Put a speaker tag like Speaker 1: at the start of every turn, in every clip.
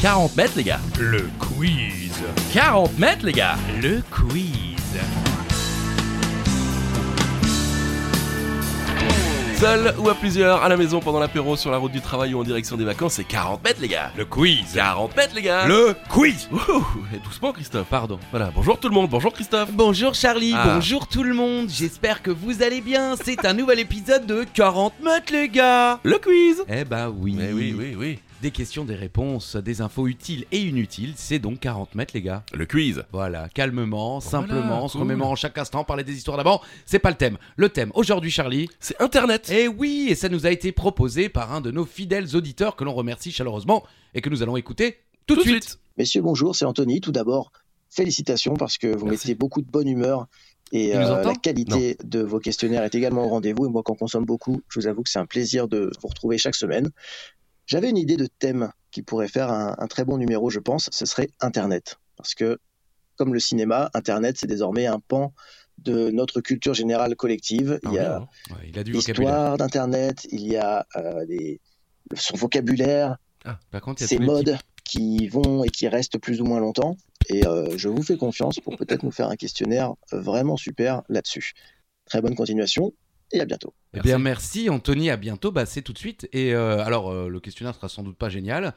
Speaker 1: 40 mètres, les gars.
Speaker 2: Le quiz.
Speaker 1: 40 mètres, les gars.
Speaker 2: Le quiz.
Speaker 1: Seul ou à plusieurs, à la maison, pendant l'apéro, sur la route du travail ou en direction des vacances, c'est 40 mètres, les gars.
Speaker 2: Le quiz.
Speaker 1: 40 mètres, les gars.
Speaker 2: Le quiz.
Speaker 1: Ouh, et doucement, Christophe, pardon. Voilà, bonjour tout le monde, bonjour Christophe.
Speaker 3: Bonjour Charlie,
Speaker 1: Ah.
Speaker 3: bonjour tout le monde, j'espère que vous allez bien, c'est un nouvel épisode de 40 mètres les gars
Speaker 1: Le quiz.
Speaker 3: Eh bah oui.
Speaker 1: Mais oui, oui, oui.
Speaker 3: Des questions, des réponses, des infos utiles et inutiles, c'est donc 40 mètres les gars.
Speaker 1: Le quiz.
Speaker 3: Voilà, calmement,
Speaker 1: Voilà,
Speaker 3: simplement, se
Speaker 1: cool.
Speaker 3: remémorant chaque instant, parler des histoires d'avant, c'est pas le thème. Le thème aujourd'hui Charlie,
Speaker 1: C'est Internet.
Speaker 3: eh oui, et ça nous a été proposé par un de nos fidèles auditeurs que l'on remercie chaleureusement et que nous allons écouter tout, de suite.
Speaker 4: Messieurs, bonjour, c'est Anthony. Tout d'abord, félicitations parce que vous
Speaker 1: Merci.
Speaker 4: mettez beaucoup de bonne humeur et euh,
Speaker 3: Il nous entend
Speaker 4: la qualité de vos questionnaires est également au rendez-vous. Et moi, qui en consomme beaucoup, je vous avoue que c'est un plaisir de vous retrouver chaque semaine. J'avais une idée de thème qui pourrait faire un, un très bon numéro, je pense. Ce serait Internet. Parce que, comme le cinéma, Internet, c'est désormais un pan de notre culture générale collective. Il y a
Speaker 3: Ah Ouais, il a du vocabulaire.
Speaker 4: l'histoire d'Internet, il y a euh, les- son vocabulaire,
Speaker 3: Ah, Par contre, il y a
Speaker 4: ces
Speaker 3: tous les petits-
Speaker 4: modes qui vont et qui restent plus ou moins longtemps. Et euh, je vous fais confiance pour peut-être nous faire un questionnaire euh, vraiment super là-dessus. Très bonne continuation et à bientôt.
Speaker 3: Eh bien, merci Anthony, à bientôt. Bah, c'est tout de suite. Et euh, alors, euh, le questionnaire sera sans doute pas génial,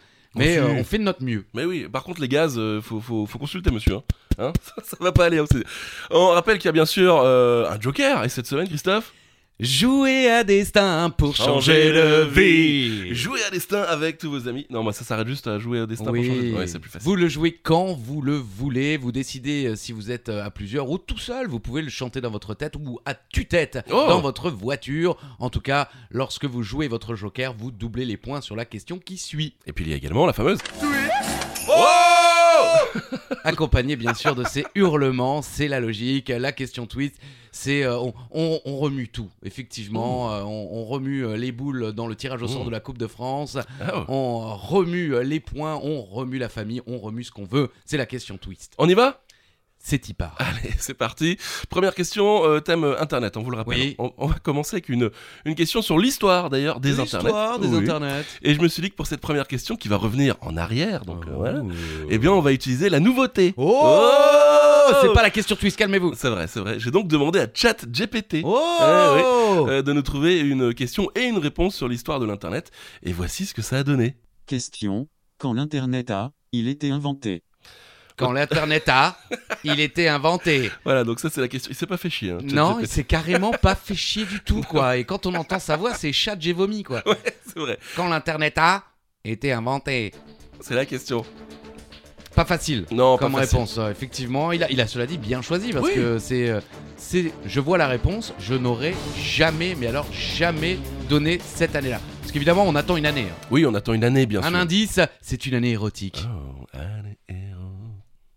Speaker 1: Conçu.
Speaker 3: mais euh, on fait de notre mieux.
Speaker 1: Mais oui, par contre, les gaz, euh, faut, faut, faut consulter, monsieur. Hein, Hein ça, ça va pas aller. hein, c'est- On rappelle qu'il y a bien sûr euh, un Joker, et cette semaine, Christophe,
Speaker 3: Jouer à destin pour
Speaker 1: Changer
Speaker 3: changer
Speaker 1: de
Speaker 3: le
Speaker 1: vie.
Speaker 3: vie.
Speaker 1: jouez à destin avec tous vos amis. Non, moi, ça s'arrête juste à jouer à destin pour changer de-
Speaker 3: Oui.
Speaker 1: Ouais, c'est plus facile.
Speaker 3: vous le jouez quand vous le voulez, vous décidez euh, si vous êtes euh, à plusieurs ou tout seul, vous pouvez le chanter dans votre tête ou à tue-tête
Speaker 1: Oh.
Speaker 3: dans votre voiture. En tout cas, lorsque vous jouez votre joker, vous doublez les points sur la question qui suit.
Speaker 1: Et puis, il y a également la fameuse. Oh
Speaker 3: accompagné bien sûr de ces hurlements, c'est la logique, la question twist, c'est euh, on, on- on remue tout,
Speaker 1: Oh.
Speaker 3: effectivement, euh, on, on remue euh, les boules dans le tirage au sort
Speaker 1: Mmh.
Speaker 3: de la Coupe de France,
Speaker 1: Ah, oh.
Speaker 3: on remue euh, les points, on remue la famille, on remue ce qu'on veut, c'est la question twist.
Speaker 1: On y va
Speaker 3: C'est y part.
Speaker 1: Allez, c'est parti. Première question, euh, thème euh, Internet, on vous le rappelle.
Speaker 3: Oui.
Speaker 1: On, on va commencer avec une, une question sur l'histoire d'ailleurs des Internets.
Speaker 3: L'histoire des
Speaker 1: Oui.
Speaker 3: internets.
Speaker 1: Et je me suis dit que pour cette première question qui va revenir en arrière, donc euh,
Speaker 3: Oh.
Speaker 1: voilà, eh bien on va utiliser la nouveauté.
Speaker 3: Oh,
Speaker 1: Oh
Speaker 3: C'est pas la question twist, calmez-vous.
Speaker 1: C'est vrai, c'est vrai. J'ai donc demandé à ChatGPT
Speaker 3: Oh
Speaker 1: euh, de nous trouver une question et une réponse sur l'histoire de l'Internet. Et voici ce que ça a donné.
Speaker 5: Question. Quand l'Internet a, il était inventé.
Speaker 3: Quand l'internet a, il était inventé.
Speaker 1: Voilà, donc ça c'est la question. Il s'est pas fait chier. hein,
Speaker 3: Non, il
Speaker 1: ChatGPT.
Speaker 3: s'est carrément pas fait chier du tout, quoi. Et quand on entend sa voix, c'est chat, j'ai vomi, quoi.
Speaker 1: c'est vrai.
Speaker 3: Quand l'Internet a été inventé.
Speaker 1: C'est la question.
Speaker 3: Pas facile
Speaker 1: Non,
Speaker 3: comme
Speaker 1: Oh, pas facile.
Speaker 3: réponse, euh, effectivement. Il a, il a cela dit bien choisi parce
Speaker 1: Oui.
Speaker 3: que c'est, euh, c'est. Je vois la réponse, je n'aurais jamais, mais alors jamais donné cette année-là. Parce qu'évidemment, on attend une année. hein.
Speaker 1: Oui, on attend une année bien
Speaker 3: Un
Speaker 1: sûr.
Speaker 3: indice, c'est une année érotique.
Speaker 1: Oh, allez, héros.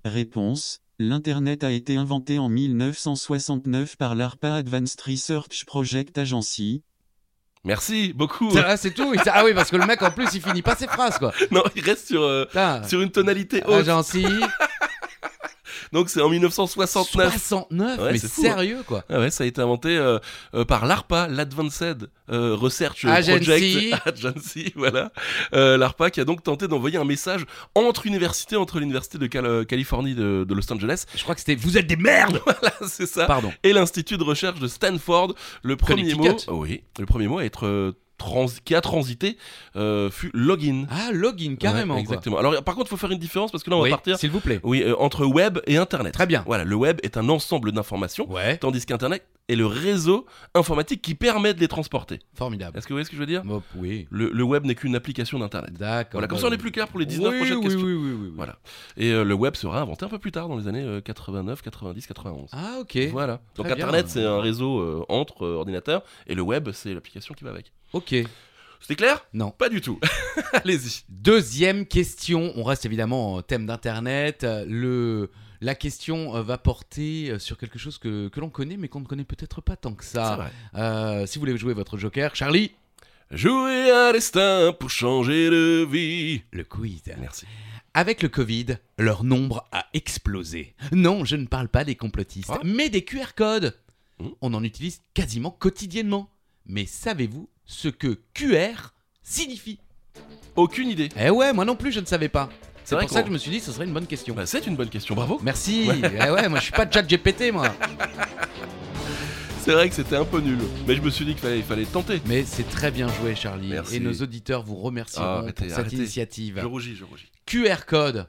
Speaker 5: Réponse. L'Internet a été inventé en 1969 par l'ARPA Advanced Research Project Agency.
Speaker 1: Merci beaucoup.
Speaker 3: Ça, ah, c'est tout. Il- Ah oui, parce que le mec en plus il finit pas ses phrases quoi.
Speaker 1: Non, il reste sur, euh,
Speaker 3: Putain.
Speaker 1: sur une
Speaker 3: Ah,
Speaker 1: tonalité haute.
Speaker 3: Agency
Speaker 1: Donc c'est en 1969.
Speaker 3: 69,
Speaker 1: Ouais,
Speaker 3: mais
Speaker 1: c'est fou, hein.
Speaker 3: sérieux quoi.
Speaker 1: Ah ouais, ça a été inventé euh, euh, par l'ARPA, l'Advanced euh, Research
Speaker 3: Agency.
Speaker 1: Project Agency, voilà. Euh, L'ARPA qui a donc tenté d'envoyer un message entre universités, entre l'université de Cal- euh, Californie de, de Los Angeles,
Speaker 3: Je crois que c'était Vous êtes des merdes
Speaker 1: voilà, c'est ça,
Speaker 3: Pardon.
Speaker 1: et l'institut de recherche de Stanford. Le premier mot,
Speaker 3: Connecticut.
Speaker 1: oui, le premier mot à être euh, trans- qui a transité euh, fut login.
Speaker 3: Ah, login carrément
Speaker 1: Ouais,
Speaker 3: quoi.
Speaker 1: exactement. Alors par contre, faut faire une différence parce que là on
Speaker 3: Oui,
Speaker 1: va partir,
Speaker 3: S'il vous plaît.
Speaker 1: oui, euh, entre web et internet.
Speaker 3: Très bien.
Speaker 1: Voilà, le web est un ensemble d'informations,
Speaker 3: Ouais,
Speaker 1: tandis qu'Internet est le réseau informatique qui permet de les transporter.
Speaker 3: formidable.
Speaker 1: Est-ce que vous voyez ce que je veux dire
Speaker 3: Mop, oui.
Speaker 1: le, le web n'est qu'une application d'Internet.
Speaker 3: D'accord.
Speaker 1: Voilà, comme
Speaker 3: bah,
Speaker 1: ça on est plus clair pour les 19
Speaker 3: oui,
Speaker 1: prochaines
Speaker 3: oui,
Speaker 1: questions.
Speaker 3: Oui, oui, oui, oui.
Speaker 1: Voilà. Et euh, le web sera inventé un peu plus tard, dans les années euh, 89, 90, 91.
Speaker 3: Ah, ok.
Speaker 1: voilà. Donc
Speaker 3: bien.
Speaker 1: Internet, c'est un réseau euh, entre euh, ordinateurs, et le web, c'est l'application qui va avec.
Speaker 3: Ok.
Speaker 1: C'était clair
Speaker 3: Non.
Speaker 1: Pas du tout. Allez-y.
Speaker 3: Deuxième question. On reste évidemment en thème d'Internet. Euh, Le... La question euh, va porter euh, sur quelque chose que, que l'on connaît, mais qu'on ne connaît peut-être pas tant que
Speaker 1: C'est
Speaker 3: ça.
Speaker 1: vrai.
Speaker 3: Euh, si vous voulez jouer votre joker, Charlie,
Speaker 1: Jouer à destin pour changer de vie.
Speaker 3: le quiz.
Speaker 1: Merci.
Speaker 3: Avec le Covid, leur nombre a explosé. Non, je ne parle pas des complotistes,
Speaker 1: Ah.
Speaker 3: mais des QR codes.
Speaker 1: Hmm.
Speaker 3: On en utilise quasiment quotidiennement. Mais savez-vous ce que QR signifie
Speaker 1: Aucune idée.
Speaker 3: Eh ouais, moi non plus, je ne savais pas.
Speaker 1: C'est
Speaker 3: C'est
Speaker 1: vrai
Speaker 3: pour ça
Speaker 1: qu'on-
Speaker 3: que je me suis dit, ce serait une bonne question.
Speaker 1: Bah, c'est une bonne question, bravo.
Speaker 3: Merci. Ouais. ouais, moi je suis pas chat GPT moi.
Speaker 1: C'est vrai que c'était un peu nul, mais je me suis dit qu'il fallait, il fallait tenter.
Speaker 3: Mais c'est très bien joué Charlie.
Speaker 1: Merci.
Speaker 3: Et nos auditeurs vous remercieront
Speaker 1: Ah, arrêtez,
Speaker 3: pour cette
Speaker 1: arrêtez.
Speaker 3: initiative.
Speaker 1: Je rougis, je rougis.
Speaker 3: QR code,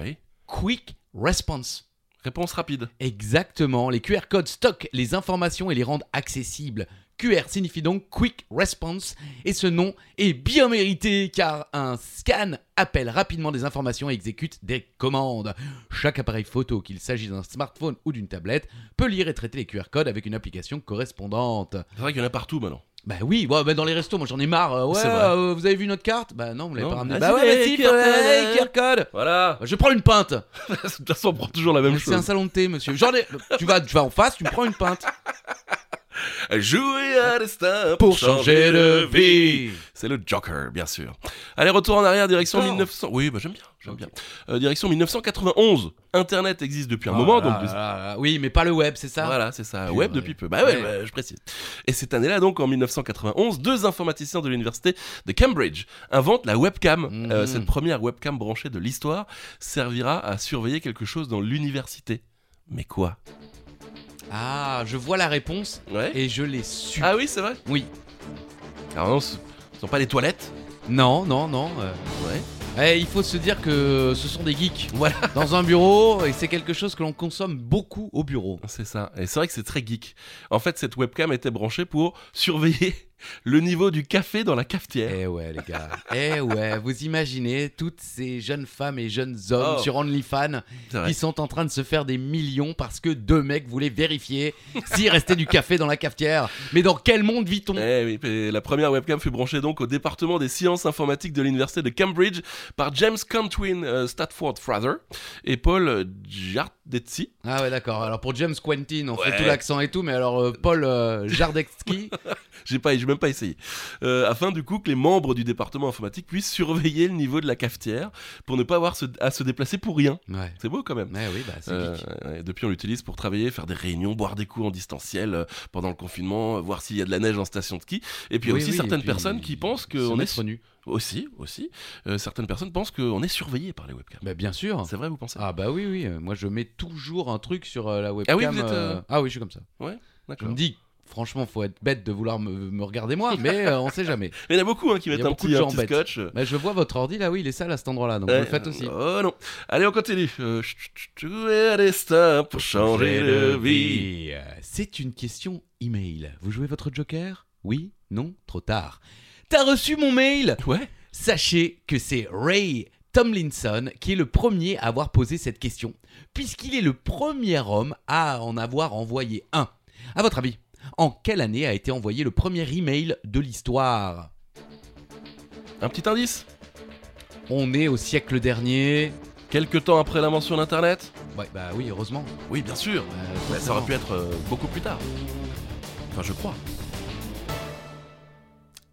Speaker 1: Oui.
Speaker 3: quick response.
Speaker 1: Réponse rapide.
Speaker 3: Exactement, les QR codes stockent les informations et les rendent accessibles. QR signifie donc Quick Response et ce nom est bien mérité car un scan appelle rapidement des informations et exécute des commandes. Chaque appareil photo, qu'il s'agisse d'un smartphone ou d'une tablette, peut lire et traiter les QR codes avec une application correspondante.
Speaker 1: C'est vrai qu'il y en a partout maintenant.
Speaker 3: Bah oui, ouais, bah dans les restos, moi j'en ai marre. euh, ouais,
Speaker 1: C'est vrai.
Speaker 3: euh, vous avez vu notre carte Bah non, vous l'avez
Speaker 1: Non.
Speaker 3: pas ramenée.
Speaker 1: Ah,
Speaker 3: Bah
Speaker 1: si,
Speaker 3: ouais,
Speaker 1: les
Speaker 3: mais si,
Speaker 1: QR codes.
Speaker 3: euh, QR code.
Speaker 1: Voilà
Speaker 3: Je prends une pinte.
Speaker 1: De toute façon, on prend toujours la même
Speaker 3: Ah, C'est un
Speaker 1: chose.
Speaker 3: salon de thé, monsieur. J'en ai- Tu vas, tu vas en face, tu me prends une pinte.
Speaker 1: Jouer à destin
Speaker 3: Ah. pour changer de vie.
Speaker 1: C'est le Joker, bien sûr. Allez, retour en arrière, direction
Speaker 3: Encore
Speaker 1: 1900. Oui, bah j'aime bien, j'aime bien. Euh, direction 1991. Internet existe depuis
Speaker 3: Ah
Speaker 1: un moment, donc.
Speaker 3: Oui, mais pas le web, c'est ça
Speaker 1: Voilà, c'est ça.
Speaker 3: Purée.
Speaker 1: Web depuis peu. Bah ouais,
Speaker 3: Ouais.
Speaker 1: bah, je précise. Et cette année-là, donc en 1991, deux informaticiens de l'université de Cambridge inventent la webcam.
Speaker 3: Mhm.
Speaker 1: Euh, cette première webcam branchée de l'histoire servira à surveiller quelque chose dans l'université. Mais quoi
Speaker 3: Ah, je vois la réponse
Speaker 1: Ouais.
Speaker 3: et je l'ai su.
Speaker 1: Ah oui, c'est vrai.
Speaker 3: Oui.
Speaker 1: Alors non, ce ce sont pas les toilettes.
Speaker 3: Non, non, non. euh.
Speaker 1: Ouais.
Speaker 3: Eh, il faut se dire que ce sont des geeks.
Speaker 1: Voilà.
Speaker 3: Dans un bureau, et c'est quelque chose que l'on consomme beaucoup au bureau.
Speaker 1: C'est ça. Et c'est vrai que c'est très geek. En fait, cette webcam était branchée pour surveiller le niveau du café dans la cafetière.
Speaker 3: Eh ouais, les gars. eh ouais, vous imaginez toutes ces jeunes femmes et jeunes hommes
Speaker 1: Oh.
Speaker 3: sur OnlyFans
Speaker 1: C'est vrai.
Speaker 3: qui sont en train de se faire des millions parce que deux mecs voulaient vérifier s'il restait du café dans la cafetière. Mais dans quel monde vit-on
Speaker 1: Eh oui, et la première webcam fut branchée donc au département des sciences informatiques de l'université de Cambridge par James Cantwin euh, Stafford Frather et Paul euh, Giardezzi.
Speaker 3: Ah ouais d'accord. Alors pour James Quentin, on
Speaker 1: Ouais.
Speaker 3: fait tout l'accent et tout, mais alors euh, Paul euh, Jardecki,
Speaker 1: J'ai pas, j'ai même pas essayé. Euh, afin du coup que les membres du département informatique puissent surveiller le niveau de la cafetière pour ne pas avoir se- à se déplacer pour rien.
Speaker 3: ouais.
Speaker 1: C'est beau quand même.
Speaker 3: Ouais oui bah c'est
Speaker 1: Euh,
Speaker 3: geek.
Speaker 1: ouais, depuis, on l'utilise pour travailler, faire des réunions, boire des coups en distanciel euh, pendant le confinement, euh, voir s'il y a de la neige en station de ski. Et puis il y a
Speaker 3: Oui,
Speaker 1: aussi
Speaker 3: oui,
Speaker 1: certaines
Speaker 3: et puis,
Speaker 1: personnes qui pensent
Speaker 3: se
Speaker 1: qu'on est
Speaker 3: mettre nu.
Speaker 1: aussi, aussi, euh, certaines personnes pensent qu'on est surveillé par les webcams.
Speaker 3: Bah bien sûr.
Speaker 1: C'est vrai, vous pensez
Speaker 3: Ah bah oui oui. euh, Moi je mets toujours un truc sur euh, la
Speaker 1: Ah
Speaker 3: webcam.
Speaker 1: oui, vous êtes, euh,
Speaker 3: Ah oui je suis comme ça. Je
Speaker 1: D'accord.
Speaker 3: me dis franchement faut être bête de vouloir me, me regarder moi, mais euh, on sait jamais.
Speaker 1: Mais il y en a beaucoup hein, qui
Speaker 3: Il y a
Speaker 1: mettent un
Speaker 3: beaucoup
Speaker 1: petit,
Speaker 3: de
Speaker 1: un
Speaker 3: gens
Speaker 1: petit
Speaker 3: bêtes.
Speaker 1: scotch. euh,
Speaker 3: Bah je vois votre ordi là oui il est sale à cet endroit là donc vous
Speaker 1: euh,
Speaker 3: le faites aussi.
Speaker 1: Oh non. Allez, on continue. Euh, chut, chut, chut, jouer à destin pour changer de vie.
Speaker 3: C'est une question email. Vous jouez votre joker Oui Non Trop tard. T'as reçu mon mail
Speaker 1: Ouais.
Speaker 3: Sachez que c'est Ray Tomlinson qui est le premier à avoir posé cette question, puisqu'il est le premier homme à en avoir envoyé un. À votre avis, en quelle année a été envoyé le premier email de l'histoire
Speaker 1: Un petit indice.
Speaker 3: On est au siècle dernier.
Speaker 1: Quelque temps après l'invention d'Internet.
Speaker 3: Ouais, bah oui, heureusement.
Speaker 1: Oui, bien sûr.
Speaker 3: Euh,
Speaker 1: Bah, ça aurait
Speaker 3: forcément.
Speaker 1: pu être euh, beaucoup plus tard. Enfin, je crois.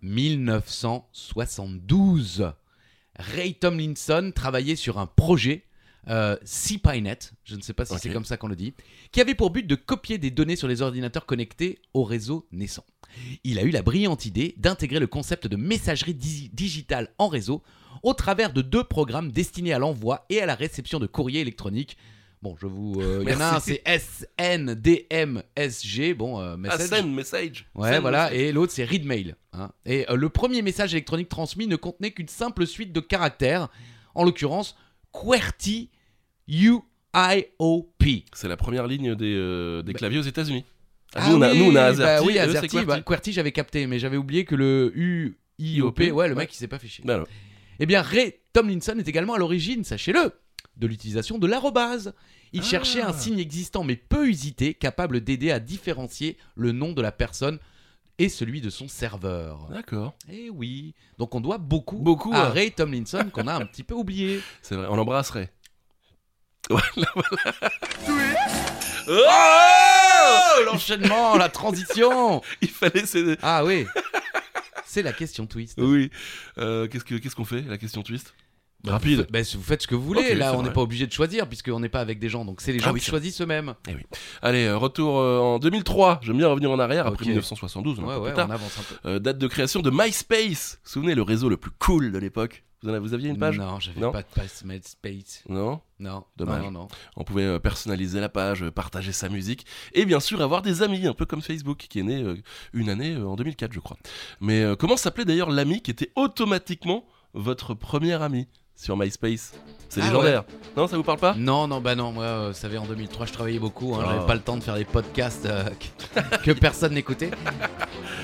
Speaker 3: 1972. Ray Tomlinson travaillait sur un projet, euh, CPINET, je ne sais pas si
Speaker 1: Ok.
Speaker 3: c'est comme ça qu'on le dit, qui avait pour but de copier des données sur les ordinateurs connectés au réseau naissant. Il a eu la brillante idée d'intégrer le concept de messagerie di- digitale en réseau au travers de deux programmes destinés à l'envoi et à la réception de courrier électronique. Bon, je vous. euh, Il y en a un,
Speaker 1: Merci.
Speaker 3: c'est SNDMSG. Bon, euh,
Speaker 1: Ah,
Speaker 3: message.
Speaker 1: send message.
Speaker 3: Ouais,
Speaker 1: Send
Speaker 3: voilà,
Speaker 1: message.
Speaker 3: et l'autre c'est Readmail. hein. Et euh, le premier message électronique transmis ne contenait qu'une simple suite de caractères, en l'occurrence QWERTY UIOP.
Speaker 1: C'est la première ligne des, euh, des
Speaker 3: Bah-
Speaker 1: claviers aux États-Unis. Ah,
Speaker 3: Ah
Speaker 1: nous, on a,
Speaker 3: oui,
Speaker 1: nous, on a
Speaker 3: bah
Speaker 1: AZERTY,
Speaker 3: oui,
Speaker 1: eux, c'est
Speaker 3: AZERTY,
Speaker 1: QWERTY.
Speaker 3: bah, QWERTY, j'avais capté, mais j'avais oublié que le UIOP, ouais, le mec il s'est pas fiché.
Speaker 1: Non, non.
Speaker 3: Eh bien, Ray Tomlinson est également à l'origine, sachez-le, de l'utilisation de l'arrobase. Il
Speaker 1: Ah.
Speaker 3: cherchait un signe existant mais peu usité, capable d'aider à différencier le nom de la personne et celui de son serveur.
Speaker 1: D'accord.
Speaker 3: Eh oui. Donc on doit beaucoup,
Speaker 1: Beaucoup,
Speaker 3: à
Speaker 1: ouais.
Speaker 3: Ray Tomlinson qu'on a un petit peu oublié.
Speaker 1: C'est vrai, on l'embrasserait. Voilà, voilà. Oh
Speaker 3: L'enchaînement, la transition.
Speaker 1: Il fallait céder.
Speaker 3: Ah oui. C'est la question twist.
Speaker 1: Oui. Euh, qu'est-ce que qu'est-ce qu'on fait La question twist.
Speaker 3: Bah,
Speaker 1: Rapide.
Speaker 3: vous fa- bah, si vous faites ce que vous voulez.
Speaker 1: Ok,
Speaker 3: Là,
Speaker 1: c'est
Speaker 3: on n'est
Speaker 1: vrai.
Speaker 3: pas obligé de choisir puisqu'on n'est pas avec des gens. Donc c'est les
Speaker 1: Ah
Speaker 3: gens
Speaker 1: oui,
Speaker 3: qui
Speaker 1: c'est
Speaker 3: choisissent eux-mêmes.
Speaker 1: Allez, euh, retour euh, en 2003. J'aime bien revenir en arrière après
Speaker 3: Ok.
Speaker 1: 1972, on
Speaker 3: Ouais,
Speaker 1: un peu
Speaker 3: ouais,
Speaker 1: plus tard.
Speaker 3: on avance un peu.
Speaker 1: Euh, date de création de MySpace. Vous vous souvenez le réseau le plus cool de l'époque Vous, en avez- vous aviez une page
Speaker 3: Non, j'avais
Speaker 1: Non.
Speaker 3: pas de passe Med Space.
Speaker 1: Non
Speaker 3: Non,
Speaker 1: Dommage.
Speaker 3: non, non, non.
Speaker 1: On pouvait euh, personnaliser la page, euh, partager sa musique et bien sûr avoir des amis, un peu comme Facebook qui est né euh, une année euh, en 2004, je crois. Mais euh, comment s'appelait d'ailleurs l'ami qui était automatiquement votre premier ami sur MySpace C'est
Speaker 3: Ah
Speaker 1: légendaire. Non, ça vous parle pas
Speaker 3: Non, non, bah non, moi, euh, vous savez, en 2003, je travaillais beaucoup, hein,
Speaker 1: Oh.
Speaker 3: j'avais pas le temps de faire des podcasts euh, que- que personne n'écoutait.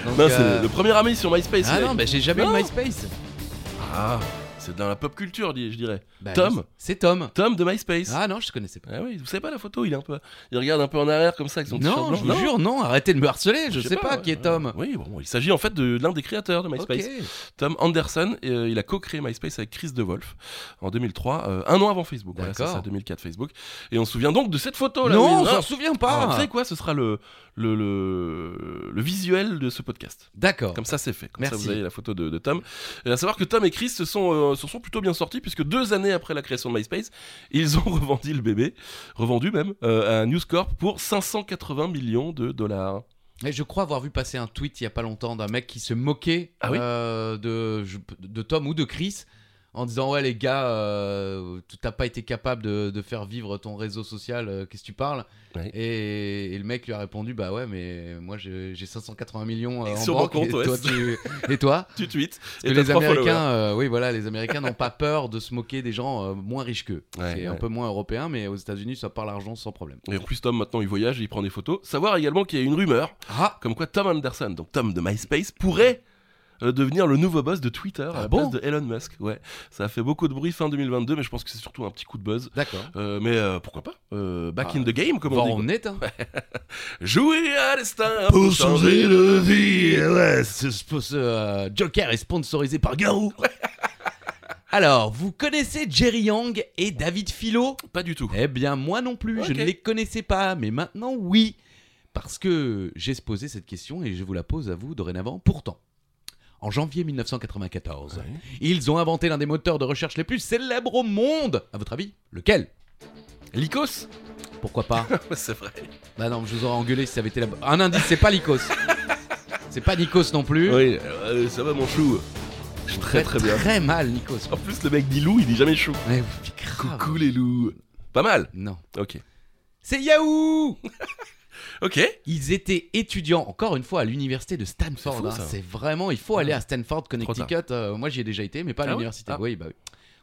Speaker 3: Donc,
Speaker 1: Non, c'est
Speaker 3: euh,
Speaker 1: le premier ami sur MySpace.
Speaker 3: Ah
Speaker 1: il a-
Speaker 3: non, bah j'ai jamais
Speaker 1: Non.
Speaker 3: eu MySpace.
Speaker 1: Ah, c'est dans la pop culture, dis- je dirais.
Speaker 3: Bah,
Speaker 1: Tom.
Speaker 3: C'est Tom.
Speaker 1: Tom de MySpace. Ah.
Speaker 3: Ah non, je connaissais pas.
Speaker 1: oui, vous savez pas la photo, il est un peu, il regarde un peu en arrière comme ça avec son t-shirt
Speaker 3: Non,
Speaker 1: blanc.
Speaker 3: je vous jure, non, arrêtez de me harceler, je, sais, pas,
Speaker 1: ouais,
Speaker 3: qui est
Speaker 1: ouais.
Speaker 3: Tom.
Speaker 1: Oui, bon, il s'agit en fait de l'un des créateurs de MySpace.
Speaker 3: Ok.
Speaker 1: Tom Anderson, et, euh, il a co-créé MySpace avec Chris DeWolf en 2003, euh, un an avant Facebook. Voilà, c'est
Speaker 3: D'accord.
Speaker 1: ça, 2004 Facebook. Et on se souvient donc de cette photo là.
Speaker 3: non,
Speaker 1: Oui,
Speaker 3: on s'en
Speaker 1: ah,
Speaker 3: souvient
Speaker 1: ah, Vous
Speaker 3: pas.
Speaker 1: savez quoi Ce sera le, le, le, le visuel de ce podcast.
Speaker 3: D'accord.
Speaker 1: Comme ça, c'est fait. Comme ça,
Speaker 3: Merci.
Speaker 1: vous avez la photo de, de Tom. Et à savoir que Tom et Chris se sont, euh, se sont plutôt bien sortis, puisque deux années après la création de MySpace, ils ont revendu le bébé, revendu même, euh, à News Corp pour 580 millions de dollars.
Speaker 3: Et Eh, je crois avoir vu passer un tweet il y a pas longtemps d'un mec qui se moquait
Speaker 1: Ah oui
Speaker 3: euh, de, je- de Tom ou de Chris en disant ouais les gars, euh, tu- t'as pas été capable de, de faire vivre ton réseau social, euh, qu'est-ce que tu parles
Speaker 1: Ouais.
Speaker 3: et, et le mec lui a répondu bah ouais mais moi j'ai j'ai 580 millions euh, en
Speaker 1: Sur mon
Speaker 3: banque
Speaker 1: compte,
Speaker 3: et,
Speaker 1: ouais,
Speaker 3: toi,
Speaker 1: c'est
Speaker 3: tu- et toi
Speaker 1: Tu tweets.
Speaker 3: Parce
Speaker 1: et
Speaker 3: que
Speaker 1: t'as
Speaker 3: les
Speaker 1: trois followers.
Speaker 3: Américains, euh, oui voilà, les Américains n'ont pas peur de se moquer des gens euh, moins riches qu'eux.
Speaker 1: Ouais,
Speaker 3: C'est
Speaker 1: ouais.
Speaker 3: un peu moins européen, mais aux États-Unis ça parle argent sans problème.
Speaker 1: Et en plus, Tom, maintenant, il voyage et il prend des photos. Savoir également qu'il y a une rumeur
Speaker 3: Ah
Speaker 1: comme quoi Tom Anderson, donc Tom de MySpace, pourrait euh, devenir le nouveau boss de Twitter à
Speaker 3: Ah
Speaker 1: la
Speaker 3: bon
Speaker 1: place de Elon Musk. Ouais, ça a fait beaucoup de bruit fin 2022, mais je pense que c'est surtout un petit coup de buzz.
Speaker 3: d'accord.
Speaker 1: Euh, mais euh, pourquoi pas Euh, Back
Speaker 3: Ah,
Speaker 1: in the game, comme
Speaker 3: Voir
Speaker 1: on dit.
Speaker 3: on est hein.
Speaker 1: Jouer à l'instinct pour changer le...
Speaker 2: de vie, ouais.
Speaker 3: Ce, ce- ce, euh, Joker est sponsorisé par Garou. Alors, vous connaissez Jerry Yang et David Philo
Speaker 1: Pas du tout.
Speaker 3: Eh bien, moi non plus, je
Speaker 1: Ok.
Speaker 3: ne les connaissais pas, mais maintenant oui, parce que j'ai posé cette question et je vous la pose à vous dorénavant. Pourtant, en janvier 1994,
Speaker 1: Ouais.
Speaker 3: ils ont inventé l'un des moteurs de recherche les plus célèbres au monde. À votre avis, lequel
Speaker 1: Lycos
Speaker 3: Pourquoi pas
Speaker 1: C'est vrai.
Speaker 3: Bah non, je vous aurais engueulé si ça avait été la... Un indice, c'est pas Lycos. C'est pas Lycos non plus.
Speaker 1: Oui, euh, ça va mon chou. Je suis très
Speaker 3: Faites
Speaker 1: très bien.
Speaker 3: Très mal, Lycos.
Speaker 1: En plus, le mec dit loup, il dit jamais chou.
Speaker 3: Ouais, vous faites grave.
Speaker 1: Coucou les loups. Pas mal.
Speaker 3: Non.
Speaker 1: Ok.
Speaker 3: C'est Yahoo
Speaker 1: Ok.
Speaker 3: Ils étaient étudiants, encore une fois, à l'université de Stanford.
Speaker 1: C'est fou,
Speaker 3: hein.
Speaker 1: ça.
Speaker 3: C'est vraiment, il faut aller à Stanford,
Speaker 1: tard.
Speaker 3: Connecticut. Euh, moi, j'y ai déjà été, mais pas à
Speaker 1: Ah ouais
Speaker 3: l'université.
Speaker 1: Ah.
Speaker 3: Oui, bah oui.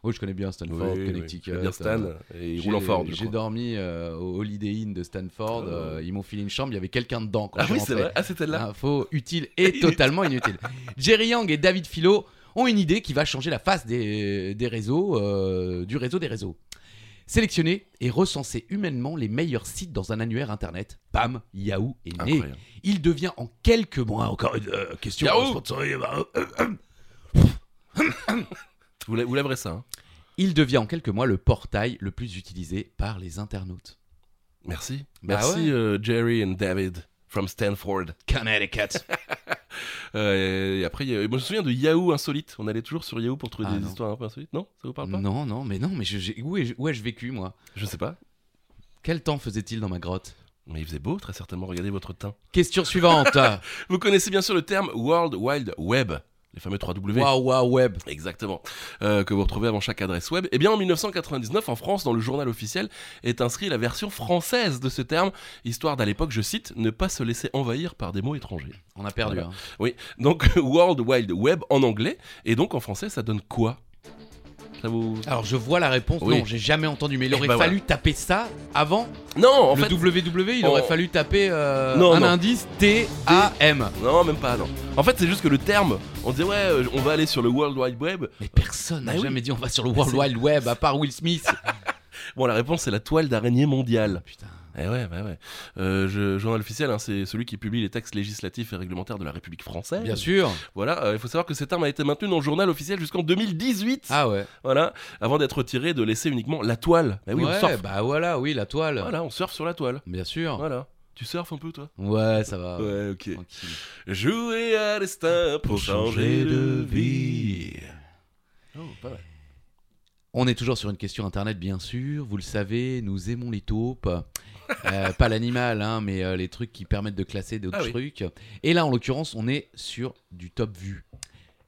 Speaker 3: Oui, je connais bien Stanford, Connecticut.
Speaker 1: Bien Stan
Speaker 3: euh,
Speaker 1: et il
Speaker 3: j'ai-
Speaker 1: roule en Ford. je
Speaker 3: J'ai
Speaker 1: crois.
Speaker 3: dormi euh, au Holiday Inn de Stanford. euh,
Speaker 1: Oh.
Speaker 3: ils m'ont filé une chambre, il y avait quelqu'un dedans quand
Speaker 1: Ah
Speaker 3: je
Speaker 1: oui,
Speaker 3: suis
Speaker 1: c'est
Speaker 3: rentré.
Speaker 1: vrai. Ah, c'était là.
Speaker 3: Info utile et totalement inutile. Jerry Yang et David Philo ont une idée qui va changer la face des, des réseaux, euh, du réseau des réseaux. Sélectionner et recenser humainement les meilleurs sites dans un annuaire internet. Bam, Yahoo est né.
Speaker 1: Incroyable.
Speaker 3: Il devient en quelques mois encore une euh, question.
Speaker 1: Yahoo
Speaker 3: sponsorisée par- euh, euh, euh.
Speaker 1: Vous la- vous lèverez ça. hein.
Speaker 3: Il devient en quelques mois le portail le plus utilisé par les internautes.
Speaker 1: Merci.
Speaker 3: Bah
Speaker 1: Merci
Speaker 3: ouais.
Speaker 1: euh, Jerry and David from Stanford.
Speaker 3: Connecticut.
Speaker 1: Euh, et après, il y a- moi je me souviens de Yahoo Insolite. On allait toujours sur Yahoo pour trouver
Speaker 3: Ah,
Speaker 1: des
Speaker 3: non.
Speaker 1: histoires un peu insolites. Non Ça vous parle pas
Speaker 3: non, non, mais non, mais je, j'ai- où ai-je où ai-je vécu moi
Speaker 1: Je sais pas.
Speaker 3: Quel temps faisait-il dans ma grotte
Speaker 1: Mais il faisait beau, très certainement. Regardez votre teint.
Speaker 3: Question suivante.
Speaker 1: Vous connaissez bien sûr le terme World Wide Web, les fameux 3W.
Speaker 3: Waouh, waouh, web.
Speaker 1: Exactement, Euh, que vous retrouvez avant chaque adresse web. Eh bien, en 1999, en France, dans le journal officiel, est inscrit la version française de ce terme, histoire d'à l'époque, je cite, ne pas se laisser envahir par des mots étrangers.
Speaker 3: On a perdu. hein.
Speaker 1: Voilà. Donc World Wide Web en anglais et donc en français ça donne quoi Ça vous
Speaker 3: hein. Alors je vois la réponse.
Speaker 1: Oui.
Speaker 3: Non, j'ai jamais entendu. Mais il
Speaker 1: Eh
Speaker 3: aurait
Speaker 1: ben
Speaker 3: fallu taper ça avant
Speaker 1: Non, en
Speaker 3: le
Speaker 1: fait
Speaker 3: WW. Il
Speaker 1: on-
Speaker 3: aurait fallu taper euh,
Speaker 1: Non,
Speaker 3: un
Speaker 1: non.
Speaker 3: indice T A M.
Speaker 1: non, même pas non. En fait, c'est juste que le terme, on disait ouais, euh, on va aller sur le World Wide Web.
Speaker 3: Mais personne n'a
Speaker 1: Bah oui.
Speaker 3: jamais dit on va sur le
Speaker 1: Mais
Speaker 3: World
Speaker 1: c'est- Ah
Speaker 3: Wide Web à part Will Smith.
Speaker 1: Bon, la réponse c'est la toile d'araignée mondiale.
Speaker 3: Ah, Putain.
Speaker 1: Eh ouais, ouais, ouais. Euh, je- journal officiel, hein, c'est celui qui publie les textes législatifs et réglementaires de la République française.
Speaker 3: Bien sûr.
Speaker 1: Voilà, euh, il faut savoir que ce terme a été maintenu dans le journal officiel jusqu'en 2018.
Speaker 3: Ah ouais.
Speaker 1: Voilà, avant d'être retiré de laisser uniquement la toile. Bah oui, on
Speaker 3: ouais,
Speaker 1: surfe.
Speaker 3: bah euh. Oh. voilà, oui, la toile.
Speaker 1: Voilà, on surfe sur la toile.
Speaker 3: Bien sûr.
Speaker 1: Voilà. Tu surfes un peu toi
Speaker 3: Ouais, ça va.
Speaker 1: Ouais, ok.
Speaker 3: Tranquille.
Speaker 1: Jouer à destin pour changer de vie. Oh, pas mal.
Speaker 3: On est toujours sur une question internet, bien sûr. Vous le savez, nous aimons les taupes. Euh, pas l'animal, hein, mais euh, les trucs qui permettent de classer d'autres
Speaker 1: Ah oui.
Speaker 3: trucs. Et là, en l'occurrence, on est sur du top vu.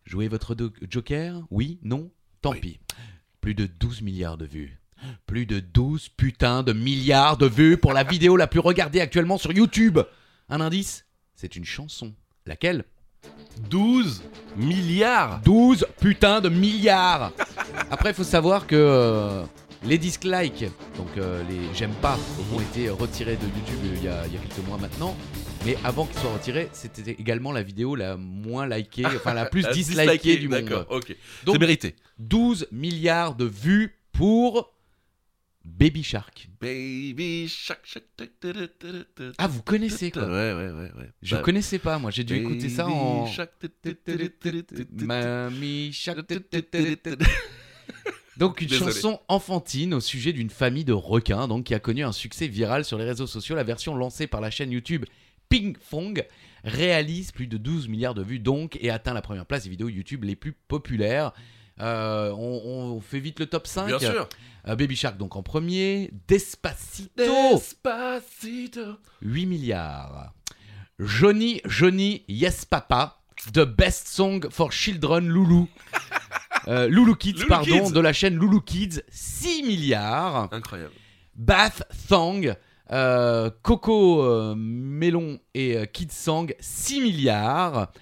Speaker 3: Jouez votre do- joker Oui Non Tant
Speaker 1: Oui.
Speaker 3: pis. Plus de 12 milliards de vues. Plus de 12 putains de milliards de vues pour la vidéo la plus regardée actuellement sur YouTube. Un indice C'est une chanson. Laquelle
Speaker 1: 12 milliards
Speaker 3: 12 putains de milliards Après, il faut savoir que euh, les dislikes, donc euh, les j'aime pas, ont été retirés de YouTube euh, il y, a, il y a quelques mois maintenant. Mais avant qu'ils soient retirés, c'était également la vidéo la moins likée, enfin la plus
Speaker 1: Ah,
Speaker 3: dislikée du monde.
Speaker 1: D'accord, ok.
Speaker 3: Donc-
Speaker 1: C'est mérité.
Speaker 3: 12 milliards de vues pour Baby Shark.
Speaker 1: Baby Shark, Shark, ta, ta, ta, ta, ta, ta,
Speaker 3: Ah, vous connaissez
Speaker 1: ta.
Speaker 3: quoi
Speaker 1: Ouais, ouais, ouais. ouais.
Speaker 3: Je
Speaker 1: Bah,
Speaker 3: connaissais pas, moi, j'ai dû écouter ça
Speaker 1: Baby
Speaker 3: en.
Speaker 1: Shark, ta, ta, ta, ta, ta, ta, ta, ta.
Speaker 3: Mamie Shark. Donc une
Speaker 1: Désolé.
Speaker 3: chanson enfantine au sujet d'une famille de requins donc qui a connu un succès viral sur les réseaux sociaux. La version lancée par la chaîne YouTube Ping Fong réalise plus de 12 milliards de vues donc et atteint la première place des vidéos YouTube les plus populaires. Euh, on, on fait vite le top 5.
Speaker 1: Bien sûr.
Speaker 3: Euh, Baby Shark donc en premier, Despacito
Speaker 1: Despacito.
Speaker 3: 8 milliards. Johnny Johnny Yes Papa, The Best Song for Children Loulou. Euh, Loulou Kids,
Speaker 1: Loulou
Speaker 3: pardon,
Speaker 1: Kids.
Speaker 3: de la chaîne Loulou Kids, 6 milliards.
Speaker 1: Incroyable.
Speaker 3: Bath Thang, euh, Coco euh, Melon et euh, Kid Sang, 6 milliards.